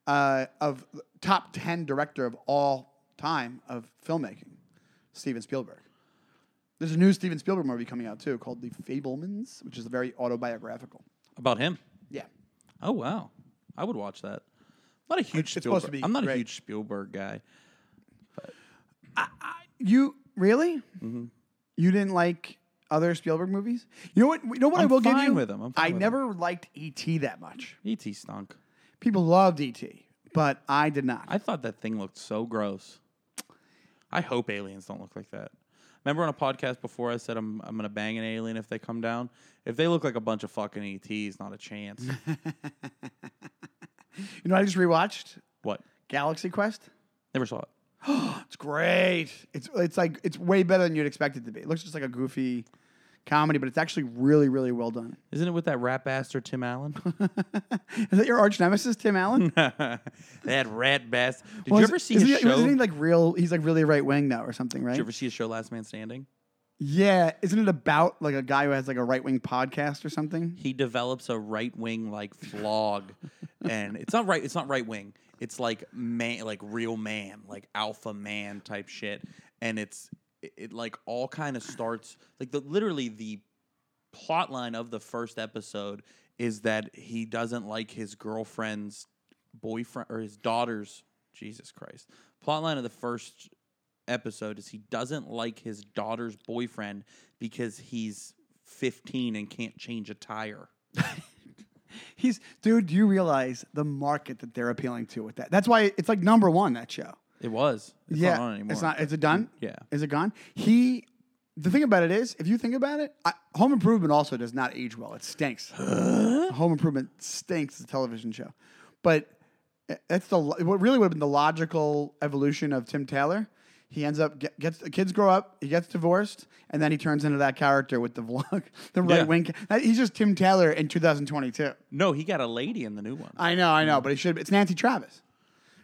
Speaker 2: uh, of the top ten director of all time of filmmaking, Steven Spielberg. There's a new Steven Spielberg movie coming out too called The Fablemans, which is very autobiographical.
Speaker 1: About him.
Speaker 2: Yeah,
Speaker 1: Oh wow, I would watch that. I'm not a huge
Speaker 2: It's
Speaker 1: Spielberg.
Speaker 2: supposed to be
Speaker 1: I'm not a
Speaker 2: great.
Speaker 1: huge Spielberg guy.
Speaker 2: you really?
Speaker 1: Mm-hmm.
Speaker 2: You didn't like other Spielberg movies? You know what? You know what i
Speaker 1: I'm
Speaker 2: will give
Speaker 1: fine
Speaker 2: you.
Speaker 1: with 'em. I'm fine
Speaker 2: I
Speaker 1: with 'em.
Speaker 2: never liked E.T. that much.
Speaker 1: ET E stunk.
Speaker 2: People loved E.T., but I did not.
Speaker 1: I thought that thing looked so gross. I hope aliens don't look like that. Remember on a podcast before I said I'm I'm gonna bang an alien if they come down. If they look like a bunch of fucking ETs, not a chance.
Speaker 2: you know, what I just rewatched
Speaker 1: what?
Speaker 2: Galaxy Quest.
Speaker 1: Never saw it.
Speaker 2: It's great. It's it's like it's way better than you'd expect it to be. It looks just like a goofy comedy, but it's actually really really well done.
Speaker 1: Isn't it with that rap bastard Tim Allen?
Speaker 2: Is that your arch nemesis, Tim Allen?
Speaker 1: that rat bastard. Did
Speaker 2: Well,
Speaker 1: you
Speaker 2: is-
Speaker 1: ever see
Speaker 2: isn't
Speaker 1: his
Speaker 2: he,
Speaker 1: show?
Speaker 2: Isn't he
Speaker 1: Did
Speaker 2: like real? He's like really right wing now or something, right?
Speaker 1: you ever see his show Last Man Standing?
Speaker 2: Yeah, isn't it about like a guy who has like a right wing podcast or something?
Speaker 1: he develops a right wing like flog, and it's not right. It's not right wing. It's like man, like real man, like alpha man type shit. And it's it, it, like all kind of starts like the literally the plot line of the first episode is that he doesn't like his girlfriend's boyfriend or his daughter's Jesus Christ. Plot line of the first episode is he doesn't like his daughter's boyfriend because he's 15 and can't change a tire.
Speaker 2: He's dude. Do you realize the market that they're appealing to with that? That's why it's like number one that show.
Speaker 1: It was. It's
Speaker 2: yeah,
Speaker 1: not on anymore.
Speaker 2: it's not. Is it done?
Speaker 1: Yeah.
Speaker 2: Is it gone? He. The thing about it is, if you think about it, I, Home Improvement also does not age well. It stinks. Home Improvement stinks as a television show, but eh, that's the lo- what really would have been the logical evolution of Tim Taylor. He ends up get, gets the kids grow up, he gets divorced, and then he turns into that character with the vlog, the right wing. He's just Tim Taylor in 2022.
Speaker 1: No, he got a lady in the new one.
Speaker 2: I know, I know, but it should. It's Nancy Travis,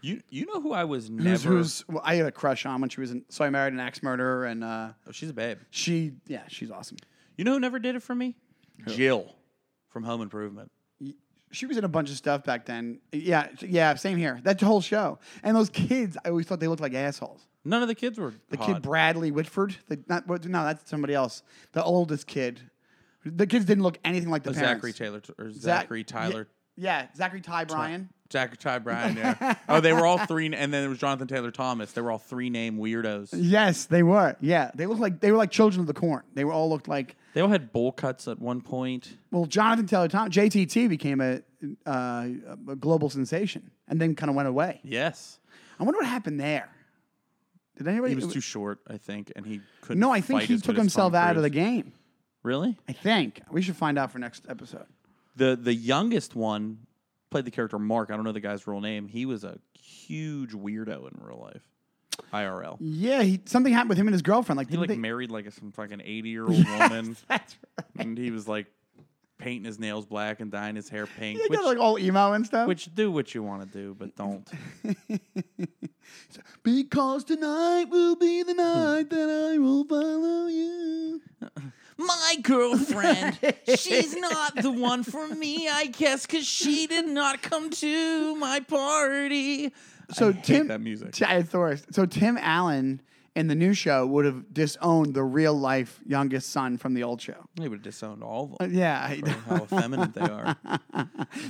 Speaker 1: you you know who I was
Speaker 2: who's,
Speaker 1: never
Speaker 2: who's well, I had a crush on when she was in. So I married an axe murderer, and uh,
Speaker 1: Oh, she's a babe.
Speaker 2: she, yeah, she's awesome.
Speaker 1: You know who never did it for me? Jill from Home Improvement.
Speaker 2: She was in a bunch of stuff back then. Yeah, yeah, same here. That whole show and those kids. I always thought they looked like assholes.
Speaker 1: None of the kids were
Speaker 2: The kid Bradley Whitford. The, not what- no, that's somebody else. The oldest kid. The kids didn't look anything like the parents.
Speaker 1: Zachary Taylor or
Speaker 2: Zach-
Speaker 1: Zachary Tyler
Speaker 2: Yeah, yeah, Zachary Ty Bryan.
Speaker 1: Zachary Ty Bryan, yeah. oh, they were all three, and then there was Jonathan Taylor Thomas. They were all three name weirdos.
Speaker 2: Yes, they were. Yeah, they looked like they were like children of the corn. They were all looked like.
Speaker 1: They all had bowl cuts at one point.
Speaker 2: Well, Jonathan Taylor Thomas, JTT became a, uh, a global sensation and then kind of went away.
Speaker 1: Yes,
Speaker 2: I wonder what happened there. Did anybody?
Speaker 1: he was too short, I think, and he couldn't.
Speaker 2: no, I think
Speaker 1: fight
Speaker 2: he
Speaker 1: as good
Speaker 2: took
Speaker 1: as Tom
Speaker 2: himself out of the
Speaker 1: Cruise.
Speaker 2: game.
Speaker 1: Really,
Speaker 2: I think we should find out for next episode.
Speaker 1: the the youngest one played the character Mark. I don't know the guy's real name. He was a huge weirdo in real life, IRL.
Speaker 2: Yeah, he, something happened with him and his girlfriend. Like,
Speaker 1: He
Speaker 2: didn't
Speaker 1: like
Speaker 2: Mm, they-
Speaker 1: married like some fucking eighty year old woman,
Speaker 2: That's right.
Speaker 1: and he was like painting his nails black and dyeing his hair pink.
Speaker 2: They
Speaker 1: Which,
Speaker 2: got like all emo and stuff.
Speaker 1: which do what you want to do, but don't.
Speaker 2: because tonight will be the night that I will follow you.
Speaker 1: My girlfriend, she's not the one for me, I guess, because she did not come to my party.
Speaker 2: So
Speaker 1: I hate
Speaker 2: Tim,
Speaker 1: that music.
Speaker 2: T- I- of course. So Tim Allen in the new show would have disowned the real life youngest son from the old show.
Speaker 1: They would have disowned all of
Speaker 2: Uh,
Speaker 1: them.
Speaker 2: Yeah, I-
Speaker 1: for How effeminate they are.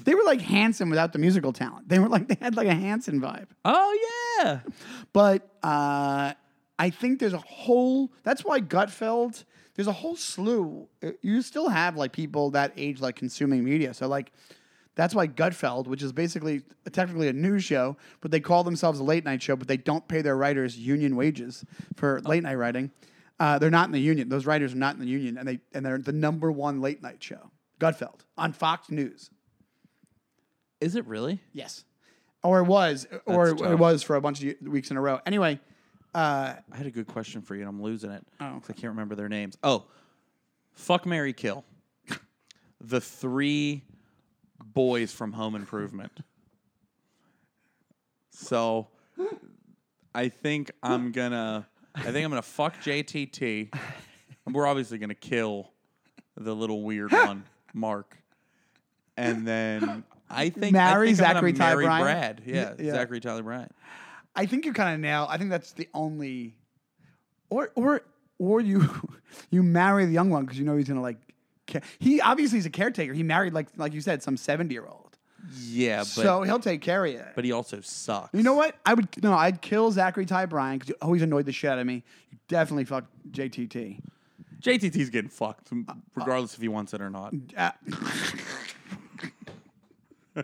Speaker 2: they were like Hanson without the musical talent. They were like they had like a Hanson vibe.
Speaker 1: Oh yeah.
Speaker 2: But uh, I think there's a whole. That's why Gutfeld. There's a whole slew. uh, You still have like people that age like consuming media. So like, that's why Gutfeld, which is basically technically a news show, but they call themselves a late night show, but they don't pay their writers union wages for late night writing. Uh, they're not in the union. Those writers are not in the union, and they and they're the number one late night show. Gutfeld on Fox News.
Speaker 1: Is it really?
Speaker 2: Yes, or it was, or
Speaker 1: That's
Speaker 2: it
Speaker 1: tough.
Speaker 2: was for a bunch of ye- weeks in a row. Anyway. Uh,
Speaker 1: I had a good question for you, and I'm losing it.
Speaker 2: Oh.
Speaker 1: 'Cause I can't remember their names. Oh, fuck Mary Kill. the three boys from Home Improvement. So, I think I'm gonna. I think I'm gonna fuck JTT. We're obviously gonna kill the little weird one, Mark, and then I think
Speaker 2: Marry
Speaker 1: I think I'm gonna
Speaker 2: Zachary Ty
Speaker 1: marry
Speaker 2: Bryan?
Speaker 1: Brad. Yeah,
Speaker 2: Yeah.
Speaker 1: Zachary Tyler Bryan.
Speaker 2: I think you kind of nail. I think that's the only, or or or you you marry the young one because you know he's gonna like. Care. He obviously is a caretaker. He married like like you said some seventy year old,
Speaker 1: Yeah, but
Speaker 2: so he'll take care of you.
Speaker 1: but he also sucks.
Speaker 2: you know what? I would no. I'd kill Zachary Ty Bryan because you always annoyed the shit out of me. You definitely fuck JTT.
Speaker 1: JTT's getting fucked, m- regardless if he wants it or not.
Speaker 2: Uh,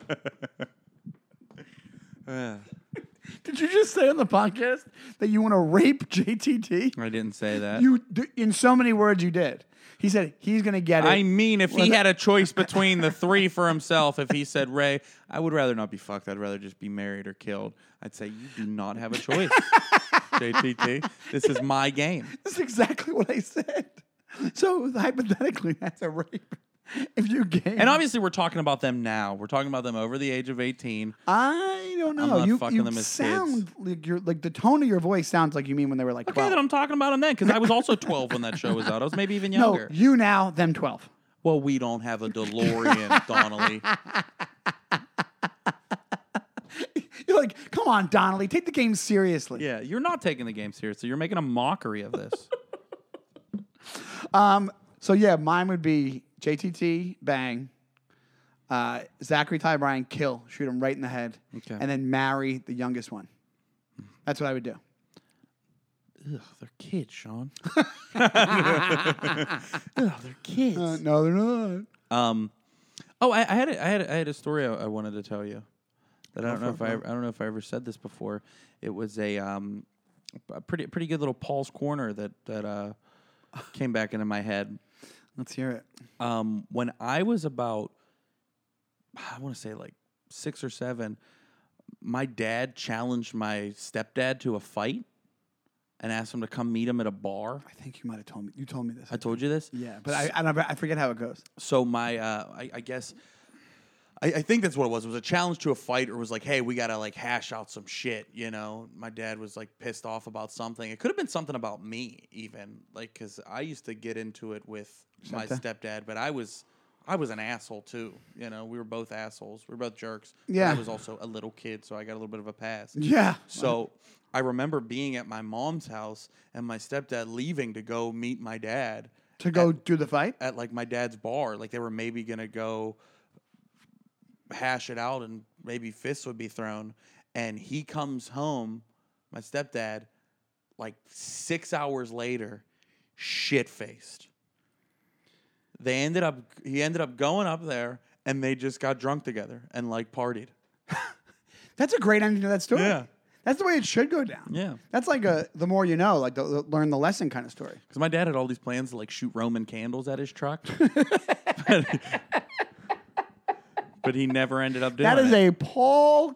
Speaker 2: Did you just say on the podcast that you want to rape JTT?
Speaker 1: I didn't say that.
Speaker 2: You d- in so many words you did. He said he's gonna get it.
Speaker 1: I mean, if he had a choice between the three for himself, if he said, Ray, I would rather not be fucked. I'd rather just be married or killed. I'd say, You do not have a choice, JTT. This is my game.
Speaker 2: That's exactly what I said. So hypothetically, that's a rape. If you gay,
Speaker 1: And obviously, we're talking about them now. We're talking about them over the age of 18.
Speaker 2: I don't know.
Speaker 1: not
Speaker 2: you
Speaker 1: fucking
Speaker 2: you
Speaker 1: them as
Speaker 2: sound like you're like the tone of your voice sounds like you mean when they were like
Speaker 1: Okay,
Speaker 2: twelve.
Speaker 1: that I'm talking about them then, because I was also 12 when that show was out. I was maybe even
Speaker 2: no,
Speaker 1: younger.
Speaker 2: you now them twelve.
Speaker 1: Well, we don't have a DeLorean, Donnelly.
Speaker 2: You're like, come on, Donnelly, take the game seriously.
Speaker 1: Yeah, you're not taking the game seriously. You're making a mockery of this.
Speaker 2: So yeah, mine would be JTT bang, uh, Zachary Ty Bryan kill, shoot him right in the head,
Speaker 1: Okay.
Speaker 2: and then marry the youngest one. That's what I would do.
Speaker 1: Ugh, they're kids, Sean. Ugh, they're kids.
Speaker 2: Uh, no, they're not.
Speaker 1: um, oh, I, I had a, I had a, I had a story I, I wanted to tell you that I don't know if I, I don't know if I ever said this before. It was a um, a pretty pretty good little Paul's corner that that uh, came back into my head.
Speaker 2: Let's hear it.
Speaker 1: um, when I was about, I want to say like six or seven, my dad challenged my stepdad to a fight and asked him to come meet him at a bar.
Speaker 2: I think you might have told me. You told me this.
Speaker 1: I told you this?
Speaker 2: yeah, but I, I, don't- I forget how it goes.
Speaker 1: So my, uh, I, I guess, I, I think that's what it was. It was a challenge to a fight, or it was like, hey, we gotta like hash out some shit. You know, my dad was like pissed off about something. It could have been something about me, even like because I used to get into it with my stepdad, but I was. I was an asshole too. You know, we were both assholes. We were both jerks. but
Speaker 2: Yeah.
Speaker 1: I was also a little kid, so I got a little bit of a pass.
Speaker 2: Yeah.
Speaker 1: So I remember being at my mom's house and my stepdad leaving to go meet my dad
Speaker 2: To go do the fight?
Speaker 1: at like my dad's bar. Like they were maybe gonna go hash it out and maybe fists would be thrown. And he comes home, my stepdad, like six hours later, shit faced. They ended up he ended up going up there and they just got drunk together and like partied.
Speaker 2: That's a great ending to that story.
Speaker 1: Yeah.
Speaker 2: That's the way it should go down.
Speaker 1: Yeah.
Speaker 2: That's like a the more you know, like the, the learn the lesson kind of story.
Speaker 1: Because my dad had all these plans to like shoot Roman candles at his truck. but he never ended up doing
Speaker 2: That is
Speaker 1: it.
Speaker 2: a Paul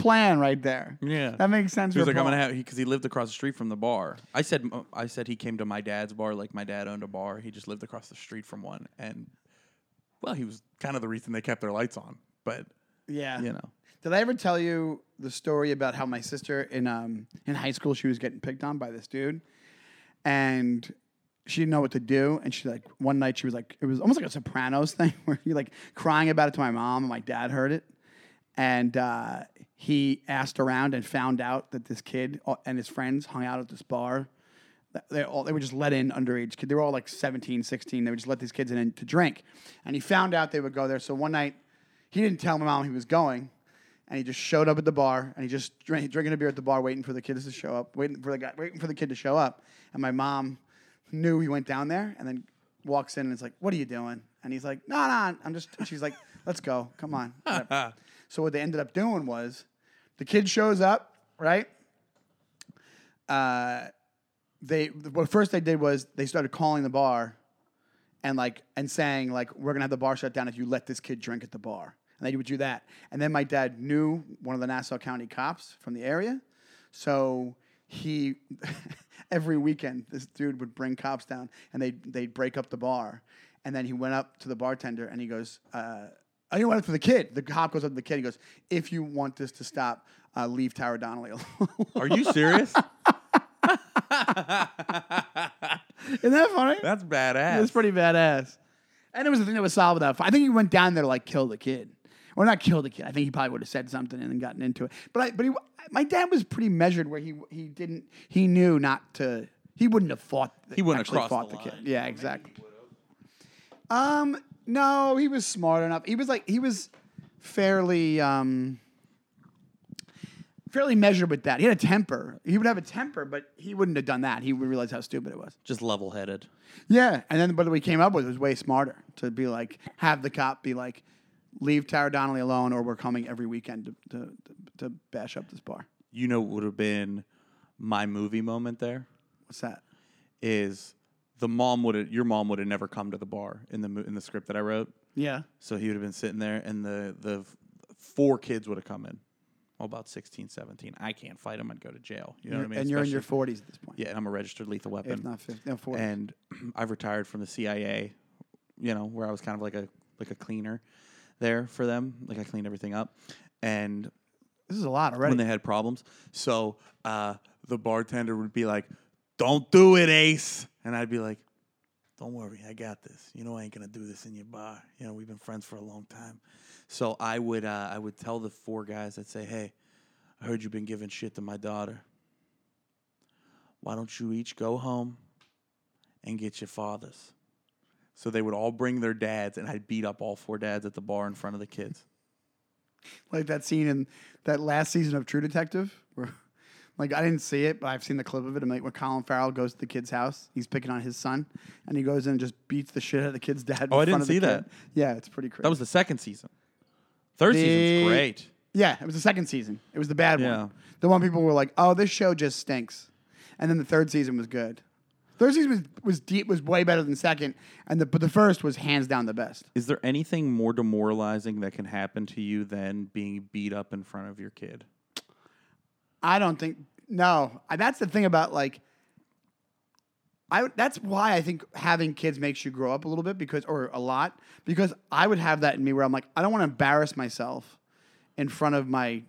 Speaker 2: plan right there.
Speaker 1: Yeah.
Speaker 2: That makes sense.
Speaker 1: He was
Speaker 2: for
Speaker 1: like, I'm
Speaker 2: Paul.
Speaker 1: gonna have because he lived across the street from the bar. I said, I said he came to my dad's bar. Like my dad owned a bar. He just lived across the street from one, and well, he was kind of the reason they kept their lights on. But
Speaker 2: Yeah.
Speaker 1: you know,
Speaker 2: Did I ever tell you the story about how my sister in um in high school she was getting picked on by this dude, and she didn't know what to do, and she like one night she was like it was almost like a Sopranos thing where you like crying about it to my mom and my dad heard it, and uh, he asked around and found out that this kid uh, and his friends hung out at this bar. Th- They all they would just let in underage kids. They were all like 17, 16. They would just let these kids in to drink, and he found out they would go there. So one night, he didn't tell my mom he was going and he just showed up at the bar and he just drank, drinking a beer at the bar, waiting for the kids to show up, waiting for the guy, waiting for the kid to show up. And my mom knew he went down there and then walks in and is like, "What are you doing?" And he's like, "No, no, I'm just." and She's like, "Let's go, come on." whatever." so what they ended up doing was, the kid shows up, right? Uh, they what first they did was they started calling the bar and like and saying like we're gonna have the bar shut down if you let this kid drink at the bar and they would do that and then my dad knew one of the nassau county cops from the area so he every weekend this dude would bring cops down and they'd, they'd break up the bar and then he went up to the bartender and he goes uh, I went up to the kid. The cop goes up to the kid. He goes, "If you want this to stop, uh, leave Tower Donnelly alone."
Speaker 1: are you serious?
Speaker 2: Isn't that funny?
Speaker 1: That's badass.
Speaker 2: It was pretty badass. And it was the thing that was solved without. fi- I think he went down there to like kill the kid, or not kill the kid. I think he probably would have said something and then gotten into it. But I, but he, my dad was pretty measured where he he didn't he knew not to. He wouldn't have fought.
Speaker 1: He wouldn't have
Speaker 2: actually
Speaker 1: crossed
Speaker 2: fought
Speaker 1: the
Speaker 2: kid.
Speaker 1: line.
Speaker 2: Yeah, exactly. Um, no, he was smart enough. He was like he was fairly um fairly measured with that. He had a temper. He would have a temper, but he wouldn't have done that. He would realize how stupid it was.
Speaker 1: Just level headed.
Speaker 2: Yeah, and then but what we came up with was way smarter to be like have the cop be like, leave Tara Donnelly alone, or we're coming every weekend to to, to, to bash up this bar.
Speaker 1: You know, what would have been my movie moment there
Speaker 2: What's that?
Speaker 1: is the mom would have your mom would have never come to the bar in the mo- in the script that I wrote.
Speaker 2: Yeah,
Speaker 1: So he would have been sitting there, and the the f- four kids would have come in. Well, about 16, 17. I can't fight them. I'd go to jail. You know what I mean?
Speaker 2: and you're in your
Speaker 1: Especially-
Speaker 2: forties at this point.
Speaker 1: yeah, and I'm a registered lethal weapon.
Speaker 2: if not 50, no, 40.
Speaker 1: and I've retired from the CIA, you know, where I was kind of like a like a cleaner there for them. Like I cleaned everything up, and
Speaker 2: this is a lot already.
Speaker 1: when they had problems, so uh, the bartender would be like, "Don't do it, Ace," and I'd be like, "Don't worry, I got this. You know, I ain't gonna do this in your bar. You know, we've been friends for a long time." So I would uh, I would tell the four guys, I'd say, "Hey, I heard you've been giving shit to my daughter. Why don't you each go home and get your fathers?" So they would all bring their dads, and I'd beat up all four dads at the bar in front of the kids.
Speaker 2: like that scene in that last season of True Detective, where like I didn't see it, but I've seen the clip of it. And like when Colin Farrell goes to the kid's house, he's picking on his son, and he goes in and just beats the shit out of the kid's dad. in
Speaker 1: Oh, I
Speaker 2: front
Speaker 1: didn't
Speaker 2: of the
Speaker 1: see
Speaker 2: kid.
Speaker 1: that.
Speaker 2: Yeah, it's pretty crazy.
Speaker 1: That was the second season. Third
Speaker 2: The-
Speaker 1: season's great.
Speaker 2: Yeah, it was the second season. It was the bad
Speaker 1: Yeah.
Speaker 2: one. The one people were like, "Oh, this show just stinks," and then the third season was good. Third season was was deep, was way better than second, and the but the first was hands down the best.
Speaker 1: Is there anything more demoralizing that can happen to you than being beat up in front of your kid?
Speaker 2: I don't think no. I, that's the thing about like. I, would- that's why I think having kids makes you grow up a little bit because, or a lot, because I would have that in me where I'm like, I don't want to embarrass myself in front of my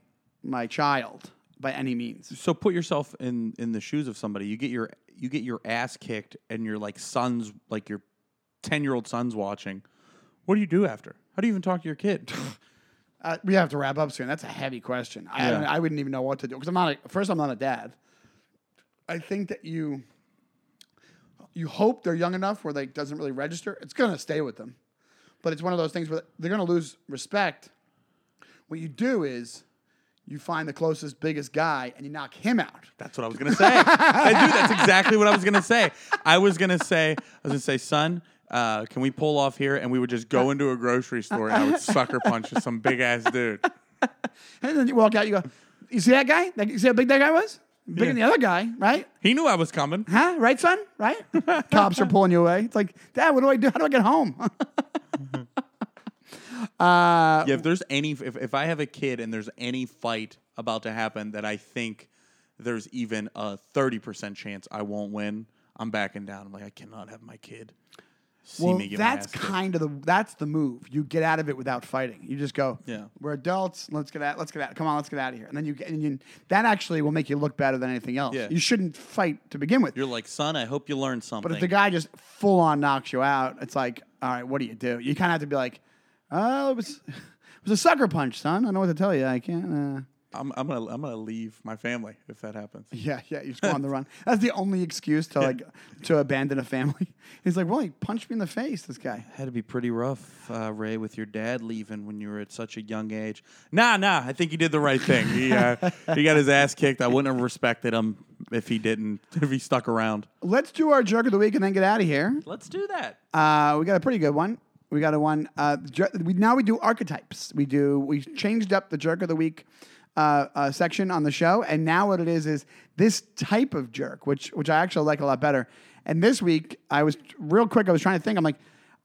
Speaker 2: my child by any means.
Speaker 1: So put yourself in in the shoes of somebody. You get your you get your ass kicked, and your like son's like your ten year old son's watching. What do you do after? How do you even talk to your kid?
Speaker 2: Uh, we have to wrap up soon. That's a heavy question. I,
Speaker 1: Yeah.
Speaker 2: don't- I wouldn't even know what to do because I'm not. A, first, I'm not a dad. I think that you you hope they're young enough where they doesn't really register. It's gonna stay with them, but it's one of those things where they're gonna lose respect. What you do is you find the closest, biggest guy and you knock him out.
Speaker 1: That's what I was gonna say. I do. That's exactly what I was gonna say. I was gonna say, I was gonna say, son, uh, can we pull off here? And we would just go into a grocery store, and I would sucker punch some big ass dude.
Speaker 2: And then you walk out. You go, you see that guy? Like, you see how big that guy was? Bigger than the other guy, right?
Speaker 1: He knew I was coming.
Speaker 2: Huh? Right, son? Right? Cops are pulling you away. It's like, Dad, what do I do? How do I get home? Uh,
Speaker 1: Yeah, if there's any, if, if I have a kid and there's any fight about to happen that I think there's even a 30% chance I won't win, I'm backing down. I'm like, I cannot have my kid see
Speaker 2: well,
Speaker 1: me get
Speaker 2: that's
Speaker 1: my ass kicked.
Speaker 2: kind of the that's the move. You get out of it without fighting. You just go.
Speaker 1: Yeah.
Speaker 2: We're adults. Let's get out. Let's get out. Come on. Let's get out of here. And then you get. And you, that actually will make you look better than anything else.
Speaker 1: Yeah.
Speaker 2: You shouldn't fight to begin with.
Speaker 1: You're like, son, I hope you learned something.
Speaker 2: But if the guy just full on knocks you out, it's like, all right, what do you do? You kind of have to be like, oh, it was, it was a sucker punch, son. I don't know what to tell you. I can't. Uh.
Speaker 1: I'm, I'm gonna I'm gonna leave my family if that happens.
Speaker 2: Yeah, yeah, you just go on the run. That's the only excuse to like to abandon a family. He's like, well, he punched me in the face. This guy.
Speaker 1: Had to be pretty rough, uh, Ray, with your dad leaving when you were at such a young age. Nah, nah, I think he did the right thing. He uh, he got his ass kicked. I wouldn't have respected him if he didn't if he stuck around.
Speaker 2: Let's do our jerk of the week and then get out of here.
Speaker 1: Let's do that.
Speaker 2: Uh, we got a pretty good one. We got a one. Uh, jer- we now we do archetypes. We do. We changed up the jerk of the week uh, uh, section on the show, and now what it is is this type of jerk, which which I actually like a lot better. And this week, I was real quick. I was trying to think. I'm like,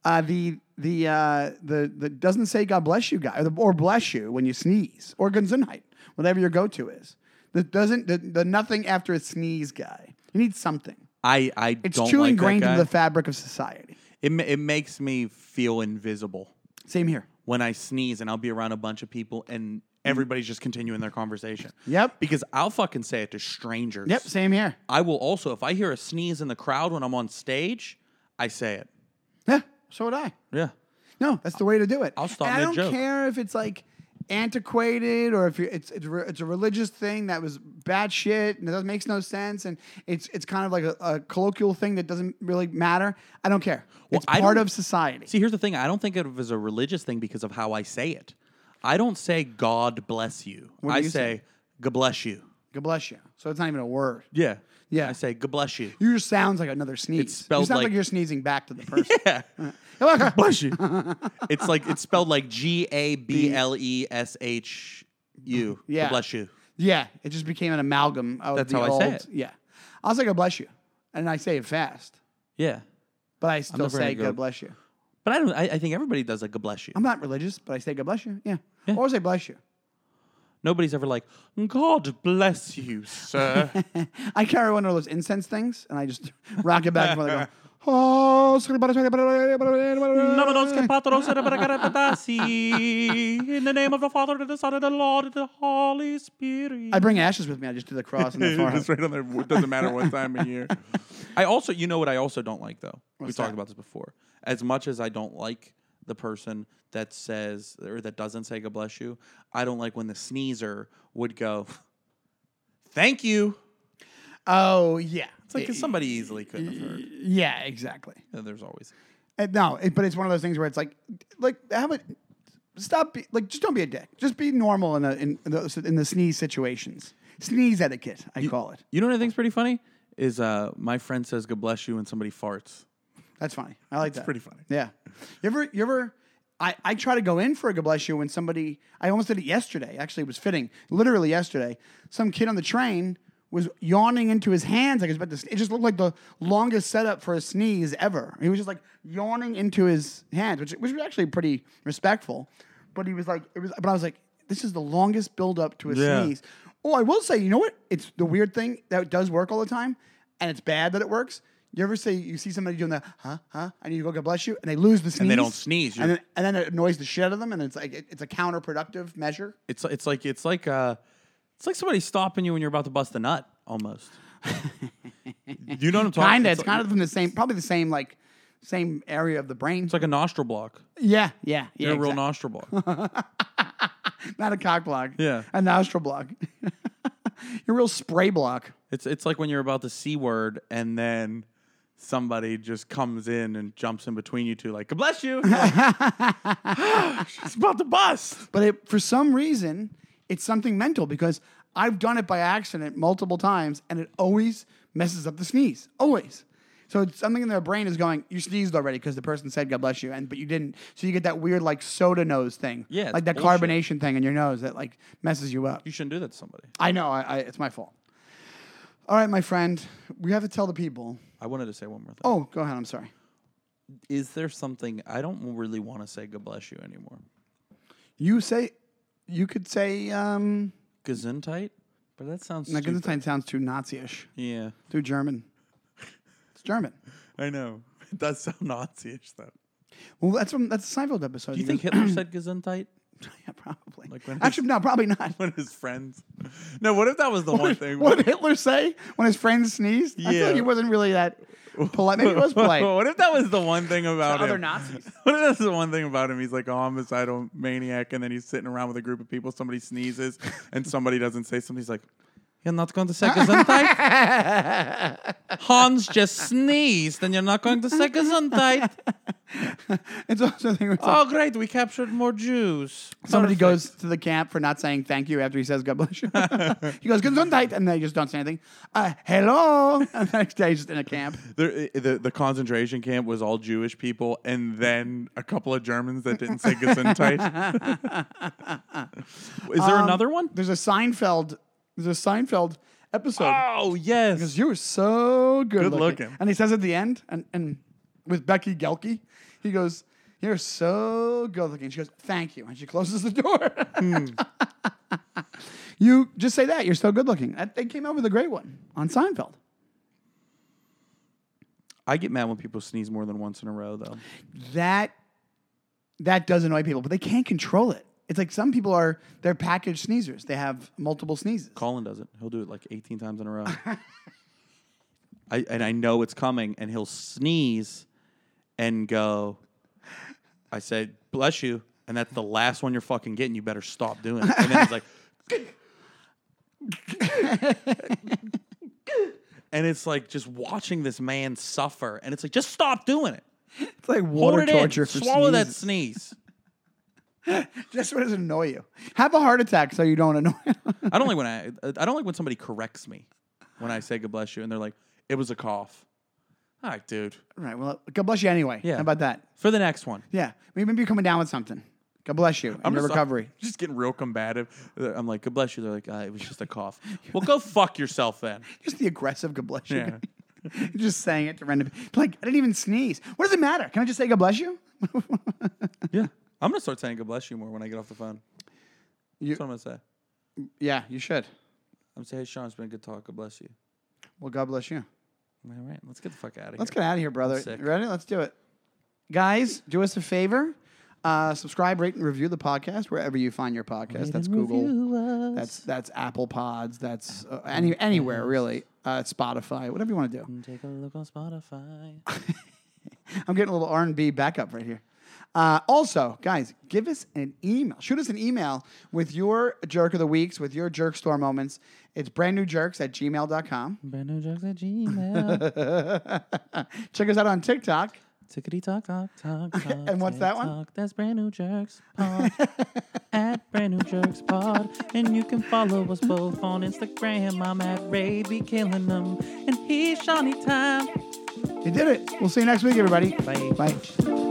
Speaker 2: uh, the the uh, the the doesn't say God bless you guy or, the, or bless you when you sneeze or Gesundheit, whatever your go to is. The doesn't the, the nothing after a sneeze guy. You need something.
Speaker 1: I I
Speaker 2: It's
Speaker 1: don't
Speaker 2: too
Speaker 1: like
Speaker 2: ingrained
Speaker 1: that guy.
Speaker 2: into the fabric of society.
Speaker 1: It, ma- it makes me feel invisible
Speaker 2: Same here.
Speaker 1: when I sneeze and I'll be around a bunch of people and everybody's just continuing their conversation.
Speaker 2: Mm. Yep.
Speaker 1: Because I'll fucking say it to strangers.
Speaker 2: Yep, same here.
Speaker 1: I will also, if I hear a sneeze in the crowd when I'm on stage, I say it.
Speaker 2: Yeah, so would I.
Speaker 1: Yeah.
Speaker 2: No, that's the way to do it.
Speaker 1: I'll stop
Speaker 2: And I don't
Speaker 1: mid-joke.
Speaker 2: care if it's like antiquated or if you it's it's, re- it's a religious thing that was bad shit and it doesn't makes no sense and it's it's kind of like a, a colloquial thing that doesn't really matter. I don't care. it's
Speaker 1: I
Speaker 2: part
Speaker 1: don't-
Speaker 2: of society.
Speaker 1: See, here's the thing I don't think of it as a religious thing because of how I say it. I don't say God bless you.
Speaker 2: do
Speaker 1: I
Speaker 2: you
Speaker 1: say God bless you.
Speaker 2: God bless you. So it's not even a word.
Speaker 1: Yeah.
Speaker 2: Yeah.
Speaker 1: I say God bless you.
Speaker 2: You just sounds like another sneeze.
Speaker 1: spelled
Speaker 2: you sound like,
Speaker 1: like-
Speaker 2: you're sneezing back to the person.
Speaker 1: Yeah.
Speaker 2: Yeah.
Speaker 1: bless you. it's like it's spelled like G A B L E S H U.
Speaker 2: Yeah.
Speaker 1: Bless you.
Speaker 2: it just became an amalgam of
Speaker 1: That's
Speaker 2: the
Speaker 1: how I
Speaker 2: old.
Speaker 1: say it.
Speaker 2: Yeah, I'll say God bless you, and I say it fast,
Speaker 1: Yeah.
Speaker 2: but I still
Speaker 1: never gonna
Speaker 2: say
Speaker 1: go-
Speaker 2: God bless you.
Speaker 1: But I don't. I, I think everybody does like a bless you.
Speaker 2: I'm not religious, but I say God bless you. Yeah. Or say bless you.
Speaker 1: Nobody's ever like God bless you, sir.
Speaker 2: I carry one of those incense things and I just rock it back and forth. I go, oh, sorry, but- sorry, but- sorry, but-
Speaker 1: In the name of the Father and the Son and the Lord and the Holy Spirit.
Speaker 2: I bring ashes with me. I just do the cross and the forehead.
Speaker 1: It's right on there. It doesn't matter what time of year. I also, you know what I also don't like though. we
Speaker 2: What's
Speaker 1: talked
Speaker 2: that?
Speaker 1: about this before. As much as I don't like the person that says or that doesn't say God bless you, I don't like when the sneezer would go, "Thank you."
Speaker 2: Oh, yeah.
Speaker 1: It's like 'cause somebody easily couldn't have heard.
Speaker 2: Yeah, exactly.
Speaker 1: Yeah, There's always.
Speaker 2: And no, it, but it's one of those things where it's like, like, how about, stop, be, like, just don't be a dick. Just be normal in, the in, those in the sneeze situations. Sneeze etiquette, I call it.
Speaker 1: You know what I think's pretty funny is uh, my friend says God bless you when somebody farts.
Speaker 2: That's funny. I like that.
Speaker 1: pretty funny.
Speaker 2: Yeah. You ever, you ever, I, I try to go in for a God bless you when somebody, I almost did it yesterday. Actually, it was fitting. Literally yesterday, some kid on the train was yawning into his hands like he was about to, sne- it just looked like the longest setup for a sneeze ever. He was just like yawning into his hands, which, which was actually pretty respectful. But he was like, it was, but I was like, this is the longest buildup to a
Speaker 1: Yeah.
Speaker 2: sneeze. Oh, I will say, you know what? It's the weird thing that does work all the time, and it's bad that it works. You ever say you see somebody doing the huh huh, and you go God bless you, and they lose the sneeze,
Speaker 1: they don't sneeze,
Speaker 2: and
Speaker 1: you're-
Speaker 2: then, and then it annoys the shit out of them, and it's like it- it's a counterproductive measure.
Speaker 1: It's it's like it's like uh, it's like somebody stopping you when you're about to bust a nut almost. you know what I'm talking?
Speaker 2: Kinda, it's
Speaker 1: like-
Speaker 2: kind of from the same, probably the same like same area of the brain.
Speaker 1: It's like a nostril block.
Speaker 2: yeah, yeah, yeah.
Speaker 1: You're a real
Speaker 2: exact-
Speaker 1: nostril block.
Speaker 2: not a cock block.
Speaker 1: Yeah.
Speaker 2: a nostril block. You're a real spray block.
Speaker 1: it's it's like when you're about the c word and then somebody just comes in and jumps in between you two, like "God bless you." You're like, She's about to bust.
Speaker 2: But it, for some reason, it's something mental because I've done it by accident multiple times and it always messes up the sneeze. Always. So it's something in their brain is going, you sneezed already because the person said God bless you, and but you didn't. So you get that weird like soda nose thing.
Speaker 1: Yeah, it's
Speaker 2: Like that
Speaker 1: bullshit.
Speaker 2: carbonation thing in your nose that like messes you up.
Speaker 1: You shouldn't do that to somebody.
Speaker 2: I know, I, I, it's my fault. All right, my friend, we have to tell the people.
Speaker 1: I wanted to say one more thing.
Speaker 2: Oh, go ahead. I'm sorry.
Speaker 1: Is there something I don't really want to say "God bless you" anymore?
Speaker 2: You say you could say um
Speaker 1: Gesundheit? But that sounds
Speaker 2: now,
Speaker 1: stupid.
Speaker 2: Gesundheit sounds too Nazi-ish,
Speaker 1: Yeah.
Speaker 2: too German. It's German.
Speaker 1: I know. It does sound Nazi-ish though.
Speaker 2: Well, that's from that's a Seinfeld episode.
Speaker 1: Do you
Speaker 2: He
Speaker 1: think
Speaker 2: goes-
Speaker 1: Hitler said Gesundheit?
Speaker 2: yeah, probably.
Speaker 1: Like when
Speaker 2: Actually, no, probably not.
Speaker 1: When his friends. No, what if that was the one thing?
Speaker 2: What did Hitler say when his friends sneezed? I feel
Speaker 1: Yeah.
Speaker 2: like he wasn't really that polite. Maybe he was polite.
Speaker 1: what if that was the one thing about him?
Speaker 2: Other Nazis.
Speaker 1: What if that's the one thing about him? He's like a homicidal maniac, and then he's sitting around with a group of people. Somebody sneezes, and somebody doesn't say something. He's like, "You're not going to say Gesundheit." Hans just sneezed, and you're not going to say Gesundheit.
Speaker 2: It's also a thing where it's like
Speaker 1: oh, great! We captured more Jews.
Speaker 2: somebody goes to the camp for not saying thank you after he says God bless you. he goes Gesundheit, and they just don't say anything. Uh, hello, and the next day he's just in a camp.
Speaker 1: The, eh, the the concentration camp was all Jewish people, and then a couple of Germans that didn't say Gesundheit. Is
Speaker 2: Um,
Speaker 1: there another one?
Speaker 2: There's a Seinfeld. There's a Seinfeld episode.
Speaker 1: Oh yes.
Speaker 2: Because you were so good,
Speaker 1: Good
Speaker 2: looking.
Speaker 1: looking.
Speaker 2: And he says at the end, and, and with Becky Gelke, he goes, You're so good looking. She goes, Thank you. And she closes the door.
Speaker 1: Hmm.
Speaker 2: you just say that. You're so good looking. That, they came out with a great one on Seinfeld.
Speaker 1: I get mad when people sneeze more than once in a row, though.
Speaker 2: That that does annoy people, but they can't control it. It's like some people are they're packaged sneezers. They have multiple sneezes.
Speaker 1: Colin does it. He'll do it like 18 times in a row. I, and I know it's coming, and he'll sneeze and go, I said, bless you. And that's the last one you're fucking getting. You better stop doing it. And then he's like, and it's like just watching this man suffer. And it's like, just stop doing it.
Speaker 2: It's like
Speaker 1: Hold
Speaker 2: water
Speaker 1: it
Speaker 2: torture
Speaker 1: in.
Speaker 2: for
Speaker 1: Swallow that
Speaker 2: sneezes.
Speaker 1: sneeze.
Speaker 2: Just what does it annoy you? Have a heart attack so you don't annoy.
Speaker 1: I don't like when I uh, I don't like when somebody corrects me when I say God bless you and they're like, it was a cough. All right, dude.
Speaker 2: Right. Well, God bless you anyway.
Speaker 1: Yeah.
Speaker 2: How about that?
Speaker 1: For the next one.
Speaker 2: Yeah. Maybe you're coming down with something. God bless you. I'm your
Speaker 1: just-
Speaker 2: recovery.
Speaker 1: just getting real combative. I'm like, God bless you. They're like, uh, it was just a cough. well, go fuck yourself then.
Speaker 2: Just the aggressive God bless you.
Speaker 1: Yeah.
Speaker 2: You're just saying it to random. Like I didn't even sneeze. What does it matter? Can I just say God bless you?
Speaker 1: Yeah. I'm gonna start saying God bless you more when I get off the phone.
Speaker 2: You-
Speaker 1: That's what I'm gonna say.
Speaker 2: yeah, you should.
Speaker 1: I'm saying, hey, Sean, it's been a good talk. God bless you.
Speaker 2: Well, God bless you.
Speaker 1: All right, let's get the fuck out of here.
Speaker 2: Let's get out of here, brother.
Speaker 1: sick.
Speaker 2: You ready? Let's do it. Guys, do us a favor. Uh, subscribe, rate, and review the podcast wherever you find your podcast. that's Google. That's that's Apple Pods. That's uh, any anywhere really. Uh, Spotify, whatever you want to do.
Speaker 1: Take a look on Spotify.
Speaker 2: I'm getting a little R&B backup right here. Uh, also, guys, give us an email. Shoot us an email with your jerk of the weeks, with your jerk store moments. It's brandnewjerks at gmail.com.
Speaker 1: Brand jokes at Gmail.
Speaker 2: Check us out on TikTok.
Speaker 1: Tickety tock tock tock. tock
Speaker 2: And what's
Speaker 1: tick,
Speaker 2: that one?
Speaker 1: tock. That's brand new jerks pod at brand new jerks pod, and you can follow us both on Instagram. I'm at Ray B killing them, and he's Shawnee time.
Speaker 2: You did it. We'll see you next week, everybody.
Speaker 1: Bye.
Speaker 2: Bye.